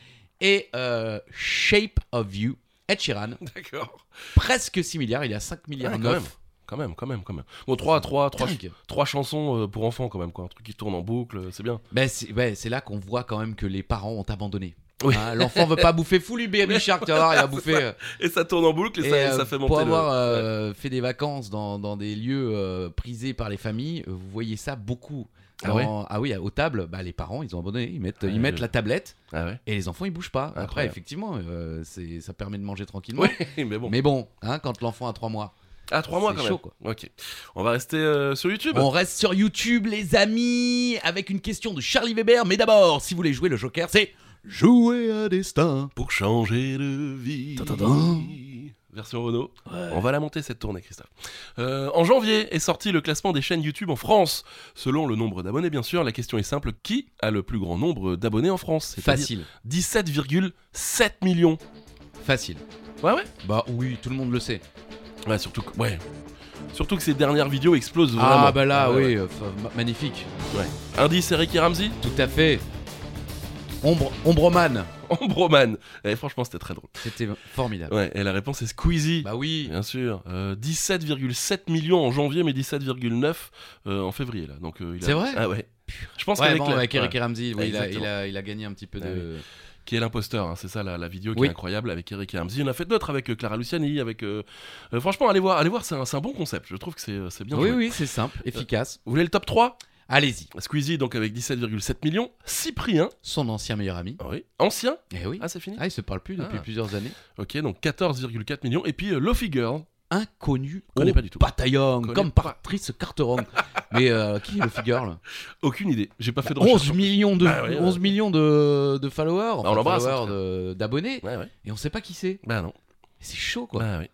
Speaker 3: Et euh, Shape of You, Ed Sheeran,
Speaker 1: D'accord.
Speaker 3: presque 6 milliards, il y a 5 milliards
Speaker 1: Ah, quand
Speaker 3: 9.
Speaker 1: Quand même, quand même, quand même. Bon, 3 3 3
Speaker 3: Dingue.
Speaker 1: chansons euh, pour enfants quand même quoi, un truc qui tourne en boucle, euh, c'est bien.
Speaker 3: Ben, c'est ouais, c'est là qu'on voit quand même que les parents ont abandonné.
Speaker 1: Oui.
Speaker 3: Hein, L'enfant veut pas bouffer fou lui Baby Shark, tu vas voir, il a bouffé. euh,
Speaker 1: Et ça tourne en boucle et,
Speaker 3: et,
Speaker 1: ça,
Speaker 3: euh,
Speaker 1: ça fait monter
Speaker 3: pour
Speaker 1: le-
Speaker 3: avoir
Speaker 1: Ouais.
Speaker 3: euh, fait des vacances dans, dans des lieux euh, prisés par les familles, euh, vous voyez ça beaucoup.
Speaker 1: Ah
Speaker 3: Dans-
Speaker 1: ouais
Speaker 3: oui, aux tables, bah, les parents, ils ont abandonné, ils mettent,
Speaker 1: Ouais,
Speaker 3: ils mettent
Speaker 1: je-
Speaker 3: la tablette
Speaker 1: Ah ouais.
Speaker 3: et les enfants, ils bougent pas. Après,
Speaker 1: Incroyable.
Speaker 3: effectivement, euh, c'est- ça permet de manger tranquillement.
Speaker 1: Oui, mais bon.
Speaker 3: Mais bon, hein, quand l'enfant a 3 mois.
Speaker 1: à 3 mois
Speaker 3: c'est
Speaker 1: quand
Speaker 3: chaud,
Speaker 1: même. OK. On va rester euh, sur YouTube.
Speaker 3: On reste sur YouTube, les amis, avec une question de Charlie Weber. Mais d'abord, si vous voulez jouer le Joker, c'est jouer à destin.
Speaker 1: Pour changer de vie.
Speaker 3: Tadadam.
Speaker 1: Version Renault. On va la monter cette tournée, Christophe. Euh, en janvier est sorti le classement des chaînes YouTube en France. Selon le nombre d'abonnés, bien sûr, la question est simple qui a le plus grand nombre d'abonnés en France C'est-à-dire
Speaker 3: Facile,
Speaker 1: 17,7 millions.
Speaker 3: facile.
Speaker 1: Ouais, ouais.
Speaker 3: Bah oui, tout le monde le sait.
Speaker 1: Ouais, surtout que, ouais. Surtout que ces dernières vidéos explosent vraiment.
Speaker 3: Ah bah là,
Speaker 1: Ouais,
Speaker 3: oui, euh, fa- ma- magnifique.
Speaker 1: ouais. Indice c'est Ricky Ramsey
Speaker 3: Tout à fait. Ombre, Ombroman,
Speaker 1: Ombroman. Eh, franchement, c'était très drôle.
Speaker 3: c'était formidable.
Speaker 1: Ouais, et la réponse est Squeezie.
Speaker 3: Bah oui,
Speaker 1: Bien sûr. Euh, 17,7 millions en janvier, mais 17,9 euh, en février, là. Donc, euh, il a-
Speaker 3: C'est vrai
Speaker 1: Ah ouais. Je pense
Speaker 3: ouais,
Speaker 1: qu'avec
Speaker 3: bon,
Speaker 1: la-
Speaker 3: avec Eric
Speaker 1: ouais.
Speaker 3: et Ramsey, oui, il, a,
Speaker 1: Exactement.
Speaker 3: il a- il a gagné un petit peu
Speaker 1: Ah
Speaker 3: de.
Speaker 1: qui est l'imposteur, hein, c'est ça la, la vidéo qui
Speaker 3: Oui.
Speaker 1: est incroyable avec Eric et Ramsey. On a fait d'autres avec euh, Clara Luciani, avec. euh, euh, franchement, allez voir, allez voir, c'est un, c'est un bon concept. Je trouve que c'est euh, c'est bien.
Speaker 3: Oui,
Speaker 1: joué.
Speaker 3: oui, c'est simple, efficace.
Speaker 1: Vous voulez le top 3
Speaker 3: Euh, Allez-y.
Speaker 1: Squeezie, donc avec 17,7 millions. Cyprien,
Speaker 3: Son ancien meilleur ami.
Speaker 1: ah oui. Ancien,
Speaker 3: Eh oui.
Speaker 1: ah c'est fini
Speaker 3: Ah, il se parle plus depuis
Speaker 1: Ah.
Speaker 3: plusieurs années.
Speaker 1: Ok, donc 14,4 millions. Et puis euh, Lofi Girl.
Speaker 3: Inconnu
Speaker 1: Connais
Speaker 3: au
Speaker 1: pas du tout.
Speaker 3: bataillon,
Speaker 1: Connais
Speaker 3: comme
Speaker 1: pas.
Speaker 3: Patrice Carteron. Mais euh, qui est le figure là
Speaker 1: Aucune idée. J'ai
Speaker 3: Bah,
Speaker 1: pas fait de recherche.
Speaker 3: 11 millions de,
Speaker 1: Ah ouais, ouais.
Speaker 3: 11 millions de, de followers, enfin,
Speaker 1: l'embrasse, en
Speaker 3: followers
Speaker 1: tout
Speaker 3: de- d'abonnés,
Speaker 1: Ouais, ouais.
Speaker 3: et on sait pas qui c'est.
Speaker 1: Bah non.
Speaker 3: C'est chaud quoi.
Speaker 1: Bah oui.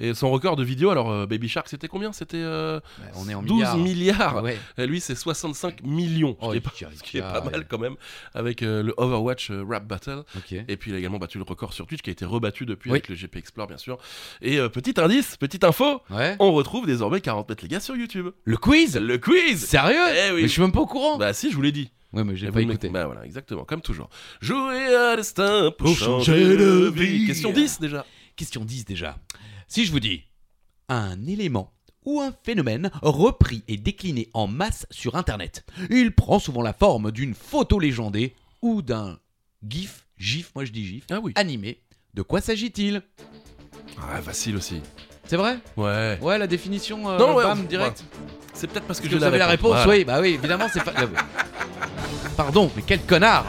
Speaker 1: Et son record de vidéos, alors euh, Baby Shark, c'était combien C'était euh,
Speaker 3: Bah, on est en
Speaker 1: 12 milliards.
Speaker 3: Ouais.
Speaker 1: Et lui, c'est 65 millions. Ce
Speaker 3: Oh,
Speaker 1: qui est
Speaker 3: il
Speaker 1: pas-
Speaker 3: tire, il
Speaker 1: ce qui est
Speaker 3: tire,
Speaker 1: pas
Speaker 3: ouais.
Speaker 1: mal quand même. Avec euh, le Overwatch euh, Rap Battle.
Speaker 3: Ok.
Speaker 1: Et puis il a également battu le record sur Twitch qui a été rebattu depuis
Speaker 3: Oui.
Speaker 1: avec le GP Explore bien sûr. Et euh, petit indice, petite info,
Speaker 3: Ouais.
Speaker 1: on retrouve désormais 40 mètres les gars sur YouTube.
Speaker 3: Le quiz
Speaker 1: Le quiz
Speaker 3: Sérieux
Speaker 1: Eh oui.
Speaker 3: Mais je suis même pas au courant.
Speaker 1: Bah si, je vous l'ai dit.
Speaker 3: ouais, mais j'ai
Speaker 1: Et
Speaker 3: pas
Speaker 1: vous me-
Speaker 3: écouté.
Speaker 1: Bah voilà, exactement, comme toujours. Jouer à destin pour,
Speaker 2: Pour
Speaker 1: changer,
Speaker 2: changer
Speaker 1: de
Speaker 2: de
Speaker 1: vie.
Speaker 2: vie.
Speaker 1: Question 10 déjà.
Speaker 3: Question 10 déjà. Si je vous dis un élément ou un phénomène repris et décliné en masse sur Internet, il prend souvent la forme d'une photo légendée ou d'un gif, gif, moi je dis gif,
Speaker 1: Ah oui.
Speaker 3: animé. De quoi s'agit-il
Speaker 1: Ah facile aussi.
Speaker 3: C'est vrai
Speaker 1: Ouais.
Speaker 3: Ouais, la définition, euh,
Speaker 1: Non, ouais,
Speaker 3: bam,
Speaker 1: on-
Speaker 3: direct.
Speaker 1: C'est peut-être parce que,
Speaker 3: Est-ce
Speaker 1: j'ai
Speaker 3: que vous avez la réponse
Speaker 1: Voilà.
Speaker 3: Oui, bah oui, évidemment, c'est pas... Pardon, mais quel connard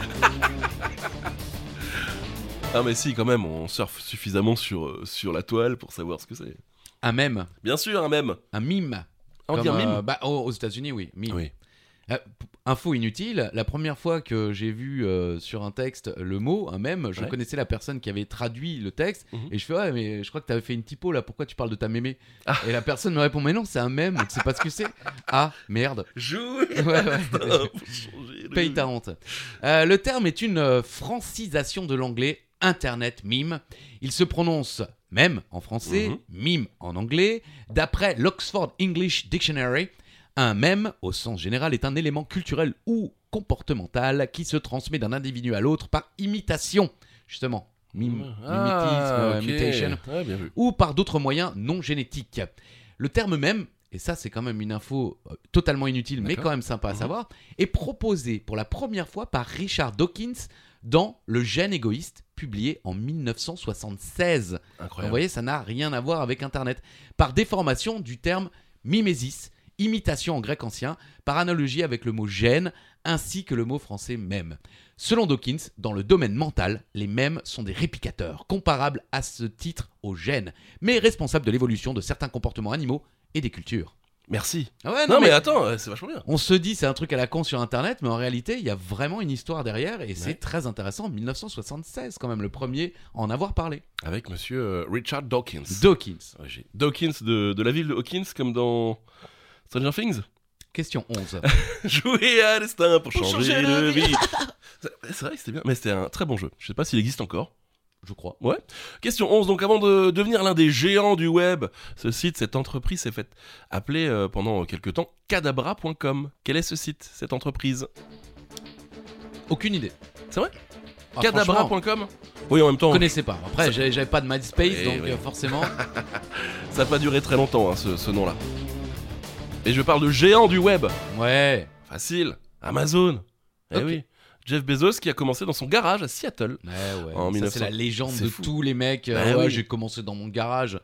Speaker 1: Ah mais si quand même, on surfe suffisamment sur euh, sur la toile pour savoir ce que c'est.
Speaker 3: Un mème,
Speaker 1: Bien sûr, un mème.
Speaker 3: un mime.
Speaker 1: On
Speaker 3: Comme,
Speaker 1: dit un
Speaker 3: euh,
Speaker 1: mime.
Speaker 3: bah, Aux aux États-Unis, oui. mime.
Speaker 1: Oui.
Speaker 3: Euh, p- info inutile, la première fois que j'ai vu euh, sur un texte le mot, un mème, je
Speaker 1: Ouais.
Speaker 3: connaissais la personne qui avait traduit le texte
Speaker 1: Mhm.
Speaker 3: et je fais ouais mais je crois que t'avais fait une typo là, pourquoi tu parles de ta mémé
Speaker 1: Ah.
Speaker 3: Et la personne me répond mais non c'est un mème, tu sais pas ce que c'est Ah merde,
Speaker 1: Jouer
Speaker 3: Ouais, ouais.
Speaker 1: pour changer de
Speaker 3: paye
Speaker 1: vie.
Speaker 3: ta honte. Euh, le terme est une euh, francisation de l'anglais Internet Mime. Il se prononce même en français,
Speaker 1: Mhm.
Speaker 3: mime en anglais. D'après l'Oxford English Dictionary, un mème, au sens général, est un élément culturel ou comportemental qui se transmet d'un individu à l'autre par imitation. Justement, mime,
Speaker 1: Ah,
Speaker 3: mimétisme, euh,
Speaker 1: ok.
Speaker 3: imitation
Speaker 1: Ah, bien vu.
Speaker 3: ou par d'autres moyens non génétiques. Le terme même, et ça c'est quand même une info euh, totalement inutile mais
Speaker 1: D'accord.
Speaker 3: quand même sympa à
Speaker 1: Mhm.
Speaker 3: savoir, est proposé pour la première fois par Richard Dawkins dans Le gène égoïste, publié en 1976. Vous
Speaker 1: Incroyable.
Speaker 3: voyez, ça n'a rien à voir avec Internet. Par déformation du terme mimésis, imitation en grec ancien, par analogie avec le mot gène, ainsi que le mot français mème. Selon Dawkins, dans le domaine mental, les mèmes sont des réplicateurs, comparables à ce titre aux gènes, mais responsables de l'évolution de certains comportements animaux et des cultures.
Speaker 1: Merci.
Speaker 3: Ah ouais,
Speaker 1: non, mais, attends, euh, c'est vachement bien.
Speaker 3: on se dit c'est un truc à la con sur internet, mais en réalité il y a vraiment une histoire derrière et c'est très intéressant. 1976 quand même le premier à en avoir parlé.
Speaker 1: Avec monsieur euh, Richard Dawkins.
Speaker 3: Dawkins.
Speaker 1: Ouais, j'ai- Dawkins de, de la ville de Hawkins, comme dans Stranger Things.
Speaker 3: Question 11.
Speaker 1: Jouer à destin pour,
Speaker 2: Pour
Speaker 1: changer,
Speaker 2: changer
Speaker 1: de
Speaker 2: de
Speaker 1: vie. C'est- c'est vrai que c'était bien, mais c'était un très bon jeu. Je sais pas s'il existe encore.
Speaker 3: Je crois.
Speaker 1: Question 11. Donc, avant de devenir l'un des géants du web, ce site, cette entreprise s'est faite appeler euh, pendant quelques temps cadabra.com. Quel est ce site, cette entreprise
Speaker 3: Aucune idée.
Speaker 1: C'est vrai
Speaker 3: Ah, franchement,
Speaker 1: Cadabra.com Oui, en même temps,
Speaker 3: Je connaissais pas. Après, j'avais j'avais pas de MySpace,
Speaker 1: Oui,
Speaker 3: donc
Speaker 1: oui.
Speaker 3: euh, forcément.
Speaker 1: ça n'a pas duré très longtemps, hein, ce, ce nom-là. Et je parle de géant du web.
Speaker 3: Ouais.
Speaker 1: Facile. Amazon. Eh
Speaker 3: Ok.
Speaker 1: oui. Jeff Bezos qui a commencé dans son garage à Seattle.
Speaker 3: Ouais, ouais.
Speaker 1: En
Speaker 3: Ça,
Speaker 1: 1900.
Speaker 3: c'est la légende
Speaker 1: C'est
Speaker 3: de
Speaker 1: fou.
Speaker 3: tous les mecs. euh,
Speaker 1: Bah
Speaker 3: ouais,
Speaker 1: oui.
Speaker 3: j'ai commencé dans mon garage.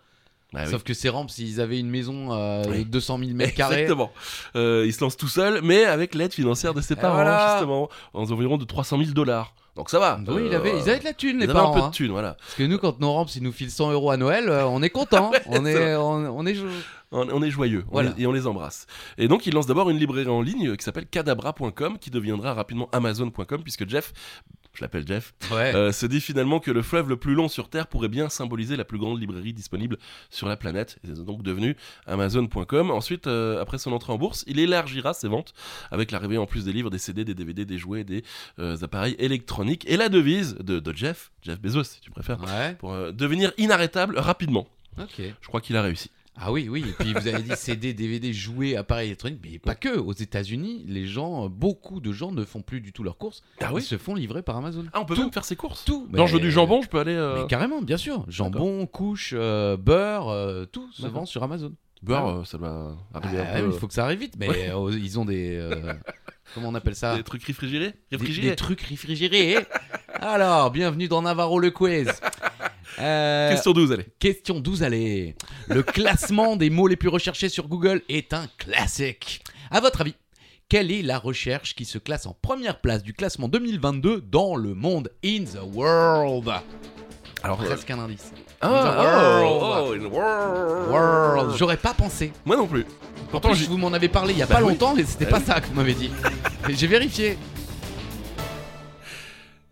Speaker 1: Bah oui.
Speaker 3: Sauf que ces rampes, s'ils avaient une maison euh,
Speaker 1: Oui.
Speaker 3: de 200 000 mètres carrés.
Speaker 1: Exactement. Euh, il se lance tout seul, mais avec l'aide financière de ses parents,
Speaker 3: voilà.
Speaker 1: justement, en environ de 300 000 dollars. Donc ça va.
Speaker 3: Oui, il
Speaker 1: Euh,
Speaker 3: avait, ils avaient de la thune,
Speaker 1: ils
Speaker 3: les
Speaker 1: avaient
Speaker 3: parents.
Speaker 1: un peu
Speaker 3: hein.
Speaker 1: de thunes, voilà.
Speaker 3: Parce que nous, quand nos rampes, ils nous filent 100 euros à Noël, euh, on est content. on,
Speaker 1: c'est
Speaker 3: est, on, on est. jou-
Speaker 1: On, on est joyeux on
Speaker 3: Voilà.
Speaker 1: les- et on les embrasse. Et donc, il lance d'abord une librairie en ligne qui s'appelle cadabra.com, qui deviendra rapidement amazon.com, puisque Jeff, je l'appelle Jeff,
Speaker 3: Ouais.
Speaker 1: euh, se dit finalement que le fleuve le plus long sur Terre pourrait bien symboliser la plus grande librairie disponible sur la planète. Et c'est donc devenu amazon.com. Ensuite, euh, après son entrée en bourse, il élargira ses ventes avec l'arrivée en plus des livres, des CD, des DVD, des jouets, des euh, appareils électroniques. Et la devise de, de Jeff, Jeff Bezos si tu préfères,
Speaker 3: Ouais.
Speaker 1: pour euh, devenir inarrêtable rapidement.
Speaker 3: Ok.
Speaker 1: Je crois qu'il a réussi.
Speaker 3: Ah oui, oui. Et puis vous avez dit CD, DVD, jouets, appareils électroniques, mais pas que. Aux États-Unis, les gens, euh, beaucoup de gens ne font plus du tout leurs courses.
Speaker 1: Ah
Speaker 3: Ils se font livrer par Amazon.
Speaker 1: Ah, on peut
Speaker 3: Tout.
Speaker 1: même faire ses courses
Speaker 3: Tout.
Speaker 1: Dans le jeu
Speaker 3: Mais-
Speaker 1: du jambon, je peux aller. euh,
Speaker 3: Mais carrément, bien sûr. Jambon, couche, euh, beurre, euh, tout se
Speaker 1: D'accord.
Speaker 3: vend sur Amazon.
Speaker 1: Beurre, euh, ça doit arriver
Speaker 3: Ah,
Speaker 1: un peu.
Speaker 3: Il faut que ça arrive vite, mais euh, ils ont des. euh, comment on appelle ça
Speaker 1: Des trucs réfrigérés
Speaker 3: des,
Speaker 1: Réfrigérés
Speaker 3: des trucs réfrigérés. Alors, bienvenue dans Navarro le quiz. Euh,
Speaker 1: Question 12, allez.
Speaker 3: question 12, allez. Le classement des mots les plus recherchés sur Google est un classique. À votre avis, quelle est la recherche qui se classe en première place du classement 2022 dans le monde In the world
Speaker 1: Alors, euh,
Speaker 3: Presque un indice.
Speaker 1: ah,
Speaker 3: the
Speaker 1: oh,
Speaker 3: world.
Speaker 1: oh, in the world.
Speaker 3: World. J'aurais pas pensé.
Speaker 1: Moi non plus.
Speaker 3: En
Speaker 1: Pourtant,
Speaker 3: plus,
Speaker 1: j'ai-
Speaker 3: vous m'en avez parlé il y a
Speaker 1: Bah
Speaker 3: pas
Speaker 1: oui.
Speaker 3: longtemps et c'était
Speaker 1: Bah
Speaker 3: pas
Speaker 1: oui.
Speaker 3: ça que vous m'avez dit. Et J'ai vérifié.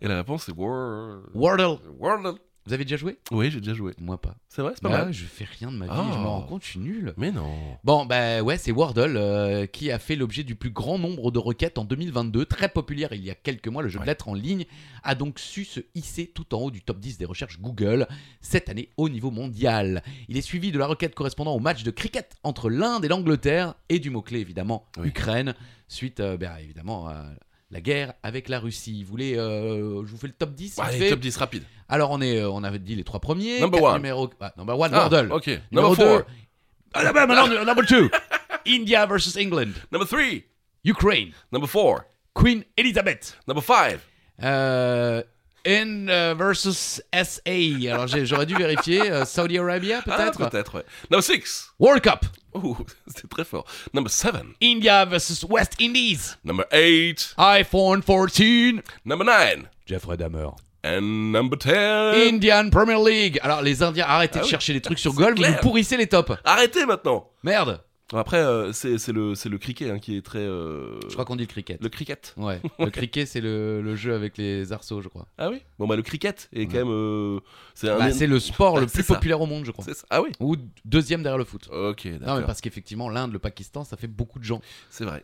Speaker 1: Et la réponse, c'est world.
Speaker 3: Wordle.
Speaker 1: World.
Speaker 3: Vous avez déjà joué
Speaker 1: Oui, j'ai déjà joué.
Speaker 3: Moi pas.
Speaker 1: C'est vrai, c'est pas
Speaker 3: Bah,
Speaker 1: mal.
Speaker 3: je fais rien de ma vie,
Speaker 1: Ah.
Speaker 3: je me rends compte, je suis nul.
Speaker 1: Mais non.
Speaker 3: Bon, bah ouais, c'est Wordle euh, qui a fait l'objet du plus grand nombre de requêtes en 2022. Très populaire il y a quelques mois, le jeu
Speaker 1: Ouais.
Speaker 3: de lettres en ligne a donc su se hisser tout en haut du top 10 des recherches Google cette année au niveau mondial. Il est suivi de la requête correspondant au match de cricket entre l'Inde et l'Angleterre et du mot-clé évidemment
Speaker 1: Oui.
Speaker 3: Ukraine, suite euh, bah, évidemment à la guerre avec la Russie. Vous voulez, euh, je vous fais le top 10 vite
Speaker 1: allez,
Speaker 3: fait
Speaker 1: top 10 rapide.
Speaker 3: Alors on, est, euh, on avait dit les trois premiers.
Speaker 1: Number
Speaker 3: quatre
Speaker 1: one.
Speaker 3: numéros- ah, number one,
Speaker 1: Ah,
Speaker 3: Wordle.
Speaker 1: ok.
Speaker 3: Numéro
Speaker 1: Number
Speaker 3: 2.
Speaker 1: 4. Ah,
Speaker 3: Alabama, number, number 2. India versus England.
Speaker 1: Number 3.
Speaker 3: Ukraine.
Speaker 1: Number 4.
Speaker 3: Queen Elizabeth.
Speaker 1: Number 5.
Speaker 3: Euh, N euh, versus SA. Alors j'ai- j'aurais dû vérifier. euh, Saudi Arabia peut-être.
Speaker 1: Ah, peut-être, ouais. Number 6.
Speaker 3: World Cup.
Speaker 1: Oh, c'était très fort. Number 7.
Speaker 3: India versus West Indies.
Speaker 1: Number 8.
Speaker 3: iPhone 14.
Speaker 1: Number 9.
Speaker 3: Jeffrey Dahmer.
Speaker 1: And number 10.
Speaker 3: Euh. Indian Premier League. Alors les Indiens, arrêtez
Speaker 1: Ah
Speaker 3: de
Speaker 1: oui.
Speaker 3: chercher des trucs sur Google, vous
Speaker 1: clair.
Speaker 3: nous pourrissez les tops.
Speaker 1: Arrêtez maintenant.
Speaker 3: Merde.
Speaker 1: Bon, Après, euh, c'est c'est le, c'est le cricket hein, qui est très. euh,
Speaker 3: Je crois qu'on dit le cricket.
Speaker 1: Le cricket.
Speaker 3: Ouais, le cricket c'est le, le jeu avec les arceaux, je crois.
Speaker 1: Ah oui Bon, bah, le cricket est quand
Speaker 3: Ouais.
Speaker 1: même. euh, c'est un.
Speaker 3: Bah,
Speaker 1: é-
Speaker 3: c'est le sport le
Speaker 1: C'est
Speaker 3: plus
Speaker 1: ça.
Speaker 3: populaire au monde, je crois.
Speaker 1: c'est ça. Ah oui
Speaker 3: Ou deuxième derrière le foot.
Speaker 1: Ok,
Speaker 3: Non, mais
Speaker 1: d'accord.
Speaker 3: parce qu'effectivement, l'Inde, le Pakistan, ça fait beaucoup de gens.
Speaker 1: C'est vrai.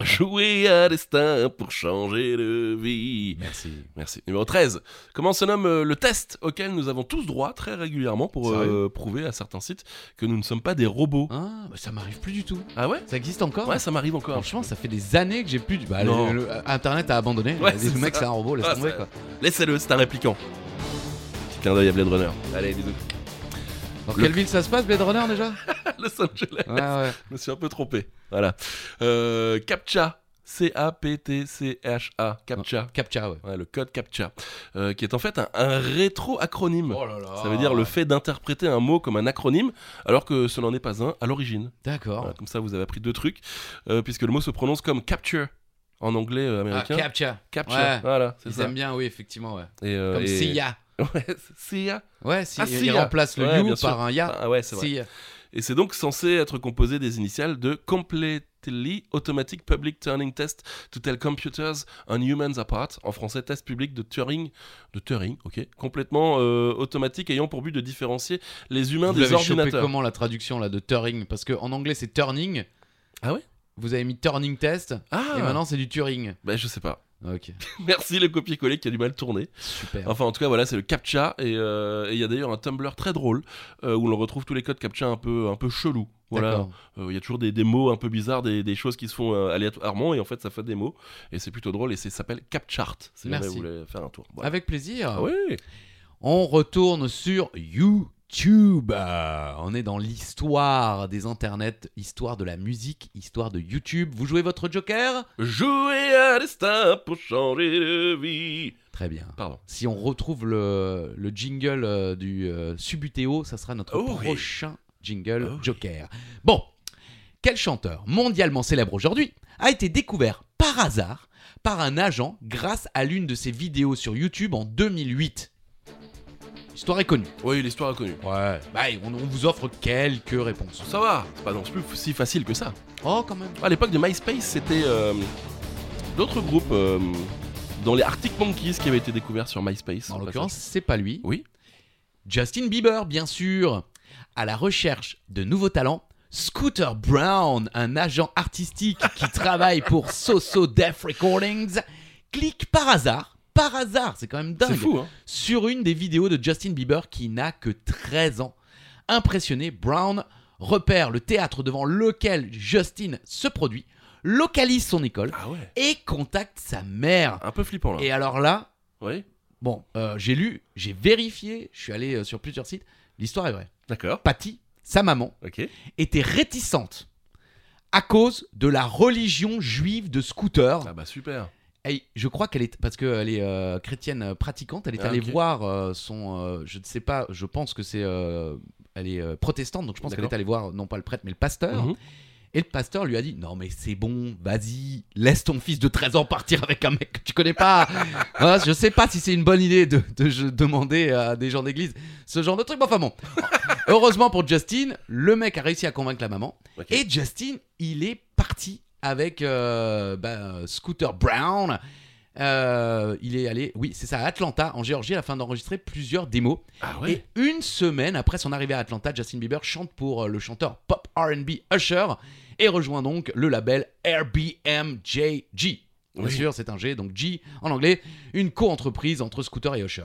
Speaker 1: Jouer à destin pour changer de vie.
Speaker 3: Merci.
Speaker 1: Merci. Numéro 13. Comment se nomme euh, le test auquel nous avons tous droit très régulièrement pour
Speaker 3: Sérieux
Speaker 1: euh, prouver à certains sites que nous ne sommes pas des robots
Speaker 3: Ah, bah ça m'arrive plus du tout.
Speaker 1: Ah ouais
Speaker 3: Ça existe encore hein
Speaker 1: Ouais, ça m'arrive encore.
Speaker 3: Franchement, ça fait des années que j'ai plus. du- Bah,
Speaker 1: Non.
Speaker 3: le- le- Internet a abandonné.
Speaker 1: Ouais,
Speaker 3: Les-
Speaker 1: c'est
Speaker 3: le mec,
Speaker 1: ça.
Speaker 3: c'est un robot, laisse
Speaker 1: Ah,
Speaker 3: tomber
Speaker 1: ça-
Speaker 3: quoi.
Speaker 1: Laissez-le, c'est un répliquant. Petit clin d'œil à Blade Runner. Allez, bisous.
Speaker 3: Dans
Speaker 1: Le-
Speaker 3: quelle ville ça se passe, Blade Runner déjà
Speaker 1: Los Angeles.
Speaker 3: Ouais, ouais.
Speaker 1: Je me suis un peu trompé. Voilà. Euh, CAPTCHA. C-A-P-T-C-H-A. CAPTCHA.
Speaker 3: Captcha, ouais.
Speaker 1: Ouais, le code CAPTCHA. euh, qui est en fait un, un rétro-acronyme.
Speaker 3: Oh là là.
Speaker 1: Ça veut dire le fait d'interpréter un mot comme un acronyme, alors que ce n'en est pas un à l'origine.
Speaker 3: D'accord.
Speaker 1: Voilà, comme ça, vous avez appris deux trucs, euh, puisque le mot se prononce comme capture en anglais euh,
Speaker 3: Ah,
Speaker 1: américain.
Speaker 3: Captcha.
Speaker 1: capture.
Speaker 3: Ouais.
Speaker 1: Voilà, c'est
Speaker 3: Ils
Speaker 1: ça.
Speaker 3: aiment bien, oui, effectivement, ouais.
Speaker 1: Et, euh,
Speaker 3: Comme
Speaker 1: et-
Speaker 3: Sia.
Speaker 1: Ouais, c'est Sia.
Speaker 3: Ouais, si,
Speaker 1: Ah,
Speaker 3: il- il
Speaker 1: Sia.
Speaker 3: remplace le
Speaker 1: Ouais,
Speaker 3: you
Speaker 1: bien sûr.
Speaker 3: par un ya.
Speaker 1: Ah ouais, c'est vrai.
Speaker 3: Sia.
Speaker 1: Et c'est donc censé être composé des initiales de Completely Automatic Public Turing Test to Tell Computers and Humans Apart. En français, test public de Turing, de Turing, ok, complètement euh, automatique ayant pour but de différencier les humains
Speaker 3: Vous
Speaker 1: des
Speaker 3: l'avez chopé
Speaker 1: ordinateurs.
Speaker 3: comment la traduction là de Turing Parce que en anglais c'est Turning.
Speaker 1: Ah ouais
Speaker 3: Vous avez mis Turning Test et
Speaker 1: Ah,
Speaker 3: maintenant c'est du Turing.
Speaker 1: bah, je sais pas.
Speaker 3: Ok,
Speaker 1: Merci le copier-coller qui a du mal tourné.
Speaker 3: super.
Speaker 1: Enfin, en tout cas, voilà, c'est le CAPTCHA. Et euh, et il y a d'ailleurs un Tumblr très drôle euh, où l'on retrouve tous les codes CAPTCHA un peu, un peu chelous. Voilà,
Speaker 3: D'accord.
Speaker 1: Euh, il y a toujours des, des mots un peu bizarres, des, des choses qui se font euh, aléatoirement, et en fait, ça fait des mots. Et c'est plutôt drôle, et c'est- ça s'appelle CapChart. Si jamais
Speaker 3: Merci. Ah
Speaker 1: vous voulez faire un tour. Voilà. Ah
Speaker 3: Avec plaisir.
Speaker 1: Oui.
Speaker 3: On retourne sur YouTube. Euh, On est dans l'histoire des internets, histoire de la musique, histoire de YouTube. Vous jouez votre Joker
Speaker 1: Jouer à destin pour changer de vie.
Speaker 3: Très bien.
Speaker 1: Pardon.
Speaker 3: Si on retrouve le, le jingle euh, du euh, Subutéo, ça sera notre
Speaker 1: Oh oui.
Speaker 3: prochain jingle
Speaker 1: Oh oui.
Speaker 3: Joker. Bon, quel chanteur mondialement célèbre aujourd'hui a été découvert par hasard par un agent grâce à l'une de ses vidéos sur YouTube en 2008 Histoire est connue.
Speaker 1: Oui, l'histoire est connue.
Speaker 3: Ouais. Bah, on, on vous offre quelques réponses.
Speaker 1: Ça va, c'est pas non plus si facile que ça.
Speaker 3: Oh, quand même.
Speaker 1: À l'époque de MySpace, c'était euh, d'autres groupes, euh, dont les Arctic Monkeys qui avaient été découverts sur MySpace.
Speaker 3: En
Speaker 1: au
Speaker 3: l'occurrence, c'est pas lui.
Speaker 1: Oui.
Speaker 3: Justin Bieber, bien sûr. À la recherche de nouveaux talents, Scooter Brown, un agent artistique qui travaille pour Soso Death Recordings, clique par hasard, par hasard, c'est quand même
Speaker 1: passage.
Speaker 3: dingue,
Speaker 1: C'est fou, hein.
Speaker 3: sur une des vidéos de Justin Bieber qui n'a que 13 ans. Impressionné, Brown repère le théâtre devant lequel Justin se produit, localise son école
Speaker 1: Ah ouais.
Speaker 3: et contacte sa mère.
Speaker 1: Un peu flippant là.
Speaker 3: Et alors là,
Speaker 1: Oui.
Speaker 3: Bon, euh, j'ai lu, j'ai vérifié, je suis allé euh, sur plusieurs sites, l'histoire est vraie.
Speaker 1: D'accord.
Speaker 3: Patty, sa maman,
Speaker 1: Ok.
Speaker 3: était réticente à cause de la religion juive de Scooter.
Speaker 1: Ah bah super.
Speaker 3: Et je crois qu'elle est, parce qu'elle est euh, chrétienne euh, pratiquante, elle est
Speaker 1: Ah,
Speaker 3: allée
Speaker 1: ok.
Speaker 3: voir euh, son, euh, je ne sais pas, je pense que c'est, euh, elle est euh, protestante, donc je pense qu'elle
Speaker 1: D'accord.
Speaker 3: est allée voir non pas le prêtre mais le pasteur.
Speaker 1: Mhm.
Speaker 3: Et le pasteur lui a dit Non, mais c'est bon, vas-y, laisse ton fils de 13 ans partir avec un mec que tu connais pas. Voilà, je sais pas si c'est une bonne idée de, de- je- demander à des gens d'église ce genre de truc. Mais enfin bon, heureusement pour Justin, le mec a réussi à convaincre la maman.
Speaker 1: Ok.
Speaker 3: Et Justin, il est parti avec euh, bah, Scooter Brown. Euh, il est allé, oui, c'est ça, à Atlanta, en Géorgie, afin d'enregistrer plusieurs démos.
Speaker 1: Ah ouais.
Speaker 3: Et une semaine après son arrivée à Atlanta, Justin Bieber chante pour euh, le chanteur pop RB Usher et rejoint donc le label RBMJG. Bien
Speaker 1: Oui.
Speaker 3: sûr, c'est un G, donc G en anglais, une co-entreprise entre Scooter et Usher.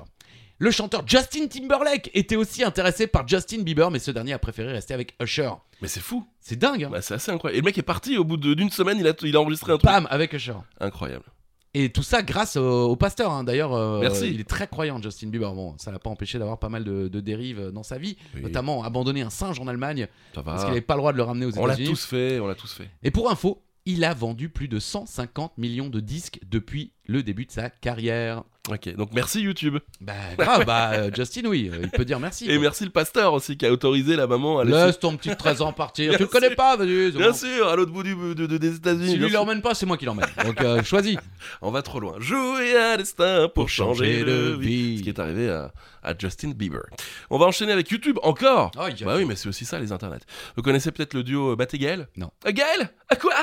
Speaker 3: Le chanteur Justin Timberlake était aussi intéressé par Justin Bieber, mais ce dernier a préféré rester avec Usher.
Speaker 1: Mais c'est fou.
Speaker 3: C'est dingue, hein
Speaker 1: Bah, c'est assez incroyable. Et le mec est parti au bout de- d'une semaine, il a, il a enregistré un truc.
Speaker 3: Bam, avec Usher.
Speaker 1: Incroyable.
Speaker 3: Et tout ça grâce au, au pasteur. hein. D'ailleurs, euh,
Speaker 1: Merci.
Speaker 3: il est très croyant, Justin Bieber. Bon, ça l'a pas empêché d'avoir pas mal de, de dérives dans sa vie,
Speaker 1: Oui.
Speaker 3: notamment abandonner un singe en Allemagne
Speaker 1: Ça va.
Speaker 3: parce qu'il n'avait pas le droit de le ramener aux
Speaker 1: Ah. On l'a
Speaker 3: États-Unis.
Speaker 1: tous fait, on l'a tous fait.
Speaker 3: Et pour info, il a vendu plus de 150 millions de disques depuis le début de sa carrière.
Speaker 1: Ok, donc merci YouTube.
Speaker 3: Bah grave, bah euh, Justin, oui, euh, il peut dire merci.
Speaker 1: Et
Speaker 3: quoi.
Speaker 1: merci le pasteur aussi qui a autorisé la maman à laisser.
Speaker 3: Laisse ton petit 13 ans partir. tu le
Speaker 1: Bien
Speaker 3: connais
Speaker 1: sûr.
Speaker 3: pas, vas-y. c'est
Speaker 1: Bien
Speaker 3: bon.
Speaker 1: sûr, à l'autre bout du, de- de- des États-Unis.
Speaker 3: Si
Speaker 1: bien
Speaker 3: lui
Speaker 1: sûr.
Speaker 3: l'emmène pas, c'est moi qui l'emmène. Donc euh, choisis.
Speaker 1: On va trop loin. Jouer à destin pour, changer, de vie. Ce qui
Speaker 3: vie.
Speaker 1: est arrivé à, à Justin Bieber. On va enchaîner avec YouTube encore.
Speaker 3: Aïe, aïe,
Speaker 1: Bah oui,
Speaker 3: aïe.
Speaker 1: mais c'est aussi ça les internets. Vous connaissez peut-être le duo euh, Bat et Gaël
Speaker 3: Non.
Speaker 1: Euh, Gaël À quoi Ça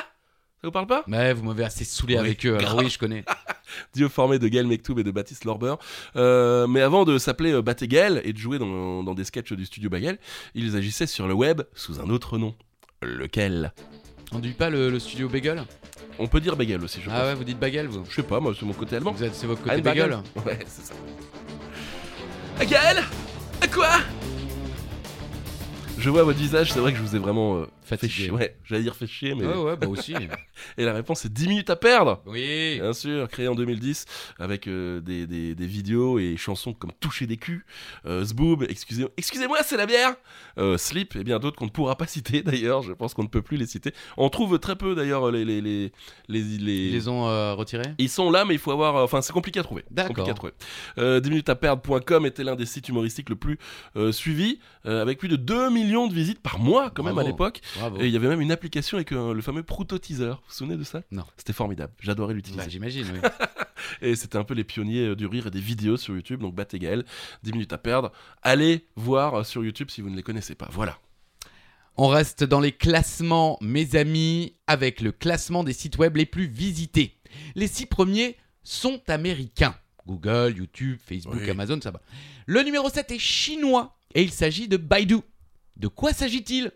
Speaker 1: vous parle pas
Speaker 3: Mais vous m'avez assez saoulé
Speaker 1: Oui,
Speaker 3: avec eux. Alors
Speaker 1: grave.
Speaker 3: oui, je connais.
Speaker 1: Dieu formé de Gaël Mektoub et de Baptiste Lorber. Euh, mais avant de s'appeler euh, Bat et Gaël et de jouer dans, dans des sketchs du studio Bagel, ils agissaient sur le web sous un autre nom. Lequel
Speaker 3: On dit pas le, le studio Bagel
Speaker 1: On peut dire bagel aussi, je
Speaker 3: Ah
Speaker 1: pense.
Speaker 3: ouais, vous dites bagel, vous
Speaker 1: Je sais pas, moi, c'est mon côté allemand.
Speaker 3: Vous êtes, c'est votre côté
Speaker 1: Ein
Speaker 3: bagel
Speaker 1: Bagel. Ouais, c'est ça. Ah, Gaël À quoi Je vois votre visage, c'est vrai que je vous ai vraiment euh, fait
Speaker 3: Fatigué.
Speaker 1: chier. Ouais, j'allais dire fait chier, mais.
Speaker 3: Ouais, ouais, bah aussi.
Speaker 1: Et la réponse, c'est 10 minutes à perdre
Speaker 3: oui.
Speaker 1: Bien sûr, créé en 2010 avec euh, des, des- des vidéos et chansons comme Toucher des culs, euh, Zboob, excusez- Excusez-moi, c'est la bière, euh, Sleep et bien d'autres qu'on ne pourra pas citer d'ailleurs, je pense qu'on ne peut plus les citer. On trouve très peu d'ailleurs les, les, les, les, les-
Speaker 3: Ils les ont euh, retirés
Speaker 1: Ils sont là, mais il faut avoir. euh, Enfin, c'est compliqué à trouver.
Speaker 3: D'accord.
Speaker 1: Compliqué à trouver. Euh, 10 minutes à perdre.com était l'un des sites humoristiques le plus euh, suivi, euh, avec plus de 2 millions de visites par mois quand même à
Speaker 3: Bravo.
Speaker 1: l'époque.
Speaker 3: Bravo.
Speaker 1: Et il y avait même une application avec euh, le fameux Prouto Teaser. Vous vous souvenez de ça
Speaker 3: Non.
Speaker 1: C'était formidable. J'adorais
Speaker 3: Bah,
Speaker 1: l'utiliser.
Speaker 3: j'imagine, oui.
Speaker 1: et c'était un peu les pionniers euh, du rire et des vidéos sur YouTube. Donc battez Gaël. 10 minutes à perdre. Allez voir euh, sur YouTube si vous ne les connaissez pas. Voilà.
Speaker 3: On reste dans les classements, mes amis, avec le classement des sites web les plus visités. Les six premiers sont américains. Google, YouTube, Facebook,
Speaker 1: Oui.
Speaker 3: Amazon, ça va. Le numéro 7 est chinois et il s'agit de Baidu. De quoi s'agit-il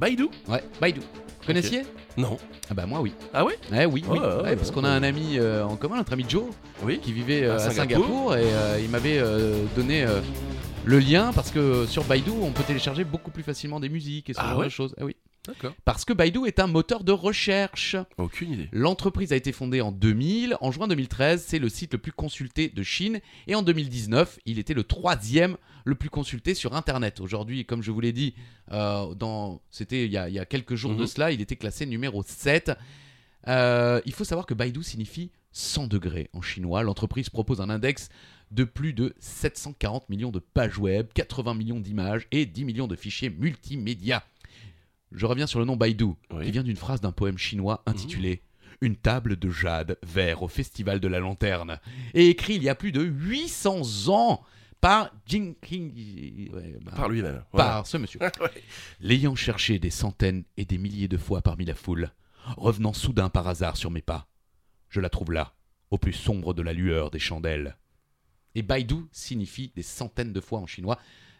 Speaker 1: Baidu
Speaker 3: Ouais, Baidu. Vous connaissiez
Speaker 1: Non.
Speaker 3: Ah bah moi oui.
Speaker 1: Ah ouais
Speaker 3: Ouais, oui, oui.
Speaker 1: Ouais, ouais,
Speaker 3: Ouais, parce qu'on a un ami euh, en commun, notre ami Joe,
Speaker 1: Oui.
Speaker 3: qui vivait
Speaker 1: À
Speaker 3: euh, à
Speaker 1: Singapour.
Speaker 3: Singapour, et euh, il m'avait euh, donné euh, le lien parce que sur Baidu, on peut télécharger beaucoup plus facilement des musiques et ce
Speaker 1: Ah
Speaker 3: genre
Speaker 1: ouais
Speaker 3: de choses. Ah oui.
Speaker 1: D'accord.
Speaker 3: Parce que Baidu est un moteur de recherche.
Speaker 1: Aucune idée.
Speaker 3: L'entreprise a été fondée en 2000. En juin 2013, c'est le site le plus consulté de Chine. Et en 2019, il était le troisième le plus consulté sur Internet. Aujourd'hui, comme je vous l'ai dit, euh, dans- c'était il, y a- il y a quelques jours de
Speaker 1: Mhm.
Speaker 3: cela, il était classé numéro 7. Euh, il faut savoir que Baidu signifie 100 degrés en chinois. L'entreprise propose un index de plus de 740 millions de pages web, 80 millions d'images et 10 millions de fichiers multimédia. Je reviens sur le nom Baidu,
Speaker 1: Oui. Mhm.
Speaker 3: qui vient d'une phrase d'un poème chinois intitulé Une table de jade vert au festival de la lanterne, et écrit il y a plus de 800 ans par Jing King- ouais, bah,
Speaker 1: Par lui-même. Voilà.
Speaker 3: par ce monsieur. L'ayant cherché des centaines et des milliers de fois parmi la foule, revenant soudain par hasard sur mes pas, je la trouve là, au plus sombre de la lueur des chandelles. Et Baidu signifie des centaines de fois en chinois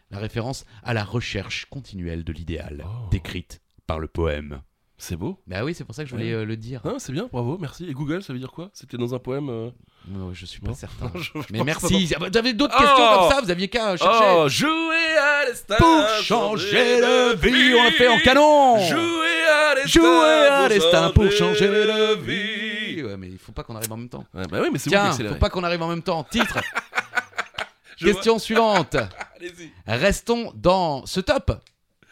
Speaker 3: la référence à la recherche continuelle de l'idéal,
Speaker 1: Oh.
Speaker 3: décrite par le poème.
Speaker 1: C'est beau.
Speaker 3: Bah oui, c'est pour ça que je voulais
Speaker 1: Ouais.
Speaker 3: euh, le dire.
Speaker 1: Hein, c'est bien, bravo, merci. Et Google, ça veut dire quoi C'était dans un poème. euh,
Speaker 3: Non, je suis pas
Speaker 1: Non.
Speaker 3: certain.
Speaker 1: je- je
Speaker 3: Mais
Speaker 1: pense pas.
Speaker 3: merci. Ah bah, J'avais d'autres
Speaker 1: Oh.
Speaker 3: questions comme ça, vous aviez qu'à chercher.
Speaker 1: Oh, jouer à l'estin
Speaker 3: pour changer de vie, on l'a fait en canon.
Speaker 1: Jouer à l'estin
Speaker 3: Jouer à destin pour changer de vie. Ouais, mais il faut pas qu'on arrive en même temps.
Speaker 1: Ouais, bah oui, mais c'est vous qui
Speaker 3: Tiens,
Speaker 1: accélérez.
Speaker 3: faut pas qu'on arrive en même temps. Titre.
Speaker 1: Je
Speaker 3: Question suivante.
Speaker 1: vois- Allez-y.
Speaker 3: Restons dans ce top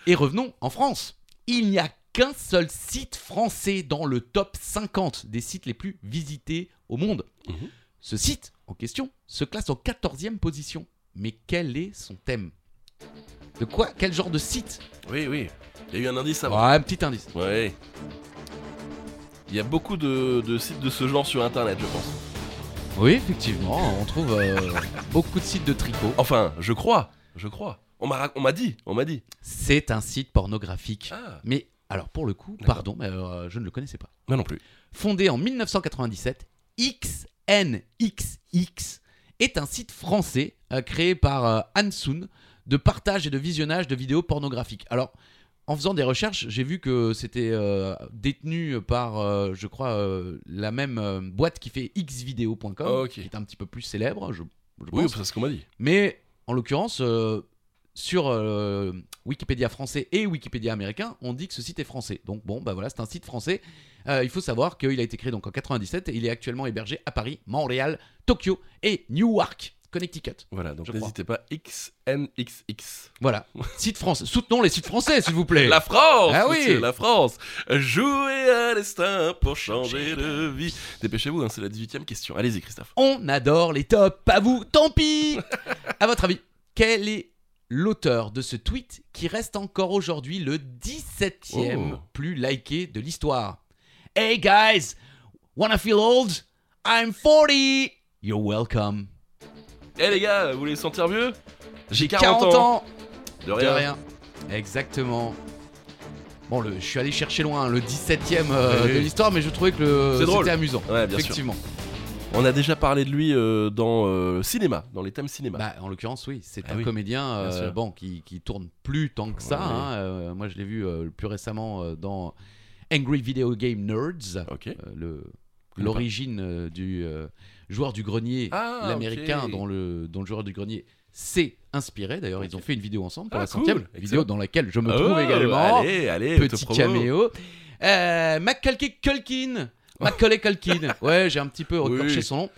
Speaker 3: et revenons en France. Il n'y a qu'un seul site français dans le top 50 des sites les plus visités au monde.
Speaker 1: Mhm.
Speaker 3: Ce site en question se classe en 14e position. Mais quel est son thème De quoi Quel genre de site
Speaker 1: Oui, oui. Il y a eu un indice avant.
Speaker 3: Ouais, Un petit indice.
Speaker 1: Ouais. Il y a beaucoup de, de sites de ce genre sur internet, je pense.
Speaker 3: Oui, effectivement, on trouve euh, beaucoup de sites de tricot.
Speaker 1: Enfin, je crois, je crois. On m'a, rac- on m'a dit, on m'a dit.
Speaker 3: C'est un site pornographique.
Speaker 1: Ah,
Speaker 3: Mais alors pour le coup,
Speaker 1: D'accord.
Speaker 3: pardon, mais euh, je ne le connaissais pas.
Speaker 1: moi non plus.
Speaker 3: Fondé en 1997, XNXX est un site français euh, créé par euh, Hansoon de partage et de visionnage de vidéos pornographiques. Alors, en faisant des recherches, j'ai vu que c'était euh, détenu par, euh, je crois, euh, la même euh, boîte qui fait xvideo.com,
Speaker 1: Ah, Ok.
Speaker 3: qui est un petit peu plus célèbre, je, je
Speaker 1: Oui,
Speaker 3: pense.
Speaker 1: c'est ce qu'on m'a dit.
Speaker 3: Mais en l'occurrence, euh, sur euh, Wikipédia français et Wikipédia américain, on dit que ce site est français. Donc bon, bah voilà, c'est un site français. Euh, il faut savoir qu'il a été créé donc en 97 et il est actuellement hébergé à Paris, Montréal, Tokyo et Newark, Connecticut.
Speaker 1: Voilà, donc
Speaker 3: Je
Speaker 1: n'hésitez pas. XNXX.
Speaker 3: Voilà, site français. Soutenons les sites français, s'il vous plaît.
Speaker 1: La France
Speaker 3: Ah oui.
Speaker 1: monsieur, La France Jouer à l'estin pour changer de vie. Dépêchez-vous, hein, c'est la 18ème question. Allez-y, Christophe.
Speaker 3: On adore les tops, pas vous, tant pis. À votre avis, quel est l'auteur de ce tweet qui reste encore aujourd'hui le 17e
Speaker 1: Oh.
Speaker 3: plus liké de l'histoire Hey guys, wanna feel old? I'm 40. You're welcome.
Speaker 1: Eh les gars, vous voulez sentir vieux J'ai
Speaker 3: ans.
Speaker 1: De
Speaker 3: De
Speaker 1: rien.
Speaker 3: rien. Exactement. Bon, le, je suis allé chercher loin, hein, le 17e euh,
Speaker 1: Oui.
Speaker 3: de l'histoire, mais je trouvais que le-
Speaker 1: C'est drôle.
Speaker 3: c'était amusant.
Speaker 1: Ouais, bien sûr.
Speaker 3: Effectivement.
Speaker 1: On a déjà parlé de lui euh, dans euh, cinéma, dans les thèmes cinéma.
Speaker 3: Bah, en l'occurrence, oui, c'est
Speaker 1: Ah
Speaker 3: un
Speaker 1: oui,
Speaker 3: comédien euh,
Speaker 1: bien sûr.
Speaker 3: bon, qui, qui tourne plus tant que ça.
Speaker 1: Ouais, ouais.
Speaker 3: hein, euh, moi, je l'ai vu euh, plus récemment euh, dans Angry Video Game Nerds,
Speaker 1: Ok.
Speaker 3: euh, le-
Speaker 1: connais
Speaker 3: l'origine euh, du euh, joueur du grenier,
Speaker 1: Ah,
Speaker 3: l'américain
Speaker 1: ok.
Speaker 3: dont, le, dont le joueur du grenier s'est inspiré. D'ailleurs, ils ont fait une vidéo ensemble pour
Speaker 1: Ah,
Speaker 3: la
Speaker 1: cool.
Speaker 3: centième vidéo
Speaker 1: Excellent.
Speaker 3: dans laquelle je me
Speaker 1: Oh,
Speaker 3: trouve également.
Speaker 1: Allez, allez,
Speaker 3: Petit
Speaker 1: autopromo.
Speaker 3: caméo. Euh, Macaulay Culkin. Macaulay Culkin. Ouais, j'ai un petit peu
Speaker 1: Oui.
Speaker 3: recorché son nom.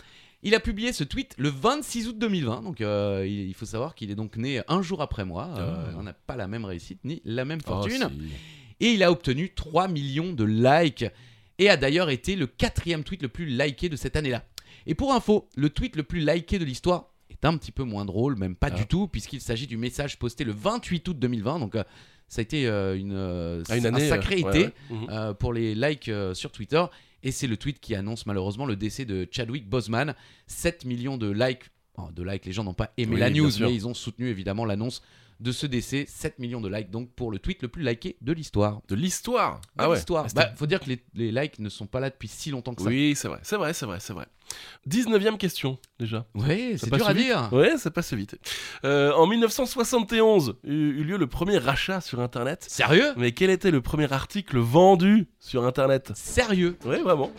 Speaker 3: Il a publié ce tweet le 26 août 2020, donc euh, il il faut savoir qu'il est donc né un jour après moi. Euh,
Speaker 1: Ah.
Speaker 3: On n'a pas la même réussite ni la même
Speaker 1: Oh,
Speaker 3: fortune.
Speaker 1: si.
Speaker 3: Et il a obtenu 3 millions de likes et a d'ailleurs été le quatrième tweet le plus liké de cette année-là. Et pour info, le tweet le plus liké de l'histoire est un petit peu moins drôle, même pas
Speaker 1: Ah.
Speaker 3: du tout, puisqu'il s'agit du message posté le 28 août 2020, donc euh, ça a été euh, une, euh,
Speaker 1: Ah, une
Speaker 3: un
Speaker 1: année.
Speaker 3: sacré
Speaker 1: euh,
Speaker 3: été
Speaker 1: ouais, ouais. Mhm.
Speaker 3: euh, pour les likes euh, sur Twitter. Et c'est le tweet qui annonce malheureusement le décès de Chadwick Boseman. 7 millions de likes. Oh, de likes, les gens n'ont pas aimé
Speaker 1: Oui,
Speaker 3: la
Speaker 1: bien
Speaker 3: news,
Speaker 1: sûr.
Speaker 3: mais ils ont soutenu évidemment l'annonce de ce décès. 7 millions de likes donc pour le tweet le plus liké de l'histoire.
Speaker 1: De l'histoire.
Speaker 3: De
Speaker 1: Ah ouais.
Speaker 3: l'histoire.
Speaker 1: Ah, c'était-
Speaker 3: Bah, faut dire que les, les likes ne sont pas là depuis si longtemps que ça.
Speaker 1: Oui, c'est vrai, c'est vrai, c'est vrai, c'est vrai. 19e question, déjà.
Speaker 3: Ouais,
Speaker 1: Ça
Speaker 3: c'est
Speaker 1: passe
Speaker 3: dur à
Speaker 1: vite.
Speaker 3: dire.
Speaker 1: Ouais, ça passe vite. Euh, en 1971 eut eut lieu le premier rachat sur Internet.
Speaker 3: Sérieux
Speaker 1: Mais quel était le premier article vendu sur Internet
Speaker 3: Sérieux
Speaker 1: Ouais, vraiment.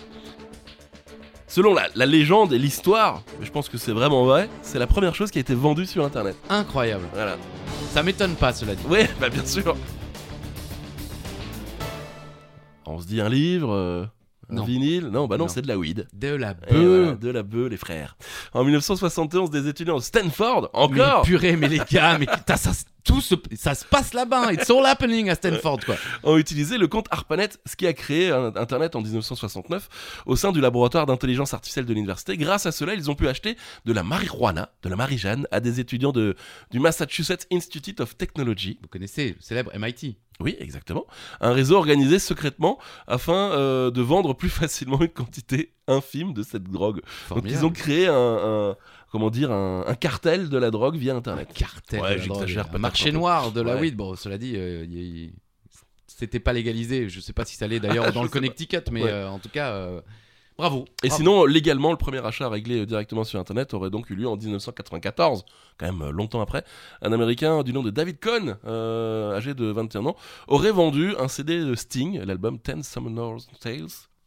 Speaker 1: Selon la, la légende et l'histoire, mais je pense que c'est vraiment vrai, c'est la première chose qui a été vendue sur Internet.
Speaker 3: Incroyable.
Speaker 1: Voilà.
Speaker 3: Ça m'étonne pas, cela dit.
Speaker 1: Ouais, bah bien sûr. On se dit un livre, euh, un
Speaker 3: Non.
Speaker 1: vinyle. Non, bah non,
Speaker 3: Non.
Speaker 1: c'est de la weed.
Speaker 3: De la
Speaker 1: Et voilà,
Speaker 3: beuh.
Speaker 1: de la beuh, les frères. En 1971, des étudiants de Stanford,
Speaker 3: Mais
Speaker 1: encore,
Speaker 3: purée, mais les gars, mais putain, ça, se- tout se, ça se passe là-bas. hein. It's all happening à Stanford, quoi.
Speaker 1: ont utilisé le compte ARPANET, ce qui a créé euh, Internet en 1969 au sein du laboratoire d'intelligence artificielle de l'université. Grâce à cela, ils ont pu acheter de la marijuana, de la marijuana, à des étudiants de, du Massachusetts Institute of Technology.
Speaker 3: Vous connaissez le célèbre MIT.
Speaker 1: Oui, exactement. Un réseau organisé secrètement afin euh, de vendre plus facilement une quantité infime de cette drogue. Donc,
Speaker 3: Formidable.
Speaker 1: ils ont créé un, un- comment dire, un, un cartel de la drogue via
Speaker 3: un
Speaker 1: Internet.
Speaker 3: cartel,
Speaker 1: Ouais,
Speaker 3: de la drogue,
Speaker 1: j'exagère
Speaker 3: un
Speaker 1: peut-être un
Speaker 3: marché
Speaker 1: peu.
Speaker 3: noir de la
Speaker 1: Ouais.
Speaker 3: weed. Bon, cela dit, euh, il- il- c'était pas légalisé. Je sais pas si ça l'est d'ailleurs dans
Speaker 1: Ah, Je
Speaker 3: le
Speaker 1: sais pas.
Speaker 3: Connecticut, mais
Speaker 1: Ouais.
Speaker 3: euh, en tout cas, euh, bravo.
Speaker 1: Et
Speaker 3: Bravo.
Speaker 1: sinon, légalement, le premier achat réglé euh, directement sur Internet aurait donc eu lieu en 1994, quand même euh, longtemps après. Un Américain du nom de David Cohn, euh, âgé de 21 ans, aurait vendu un CD de Sting, l'album Ten Summoner's Tales,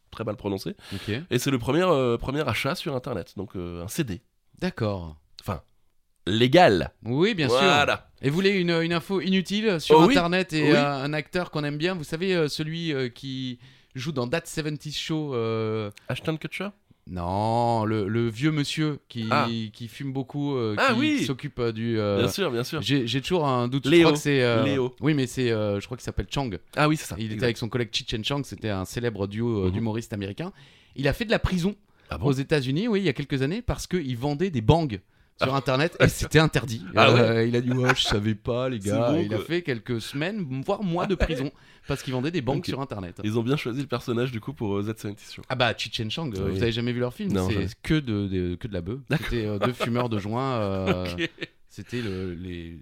Speaker 1: très mal prononcé.
Speaker 3: Ok.
Speaker 1: Et c'est le premier, euh, premier achat sur Internet, donc euh, un CD.
Speaker 3: D'accord.
Speaker 1: Légal.
Speaker 3: Oui, bien sûr.
Speaker 1: Voilà.
Speaker 3: Et vous voulez une, une info inutile sur
Speaker 1: Oh oui.
Speaker 3: Internet et
Speaker 1: Oui.
Speaker 3: euh, un acteur qu'on aime bien Vous savez, euh, celui euh, qui joue dans That 70 Show euh,
Speaker 1: Ashton Kutcher
Speaker 3: Non, le, le vieux monsieur qui,
Speaker 1: Ah.
Speaker 3: qui fume beaucoup, euh,
Speaker 1: Ah
Speaker 3: qui
Speaker 1: oui.
Speaker 3: s'occupe euh, du... euh,
Speaker 1: Bien sûr, bien sûr.
Speaker 3: j'ai j'ai toujours un doute. Je
Speaker 1: Léo.
Speaker 3: crois que c'est... euh,
Speaker 1: Léo.
Speaker 3: Oui, mais c'est... euh, je crois qu'il s'appelle Chang.
Speaker 1: Ah oui, c'est ça.
Speaker 3: Il était
Speaker 1: exact.
Speaker 3: avec son collègue Chichen Chang, c'était un célèbre duo euh,
Speaker 1: Mhm.
Speaker 3: d'humoristes américains. Il a fait de la prison
Speaker 1: Ah bon
Speaker 3: aux États-Unis, oui, il y a quelques années, parce qu'il vendait des bangs sur Internet et c'était interdit.
Speaker 1: Ah
Speaker 3: Euh, Il a dit, ouais, je savais pas, les
Speaker 1: C'est
Speaker 3: gars.
Speaker 1: bon,
Speaker 3: Et il a
Speaker 1: quoi.
Speaker 3: fait quelques semaines, voire mois de prison, parce qu'il vendait des bangs
Speaker 1: Ok.
Speaker 3: sur Internet.
Speaker 1: Ils ont bien choisi le personnage du coup pour euh, Z70 Show.
Speaker 3: Ah bah Chichen Chang, euh,
Speaker 1: Oui.
Speaker 3: vous avez jamais vu leur film
Speaker 1: Non, jamais.
Speaker 3: C'est que de, de- que de la bœuf. C'était euh, deux fumeurs de joint. euh, C'était le- les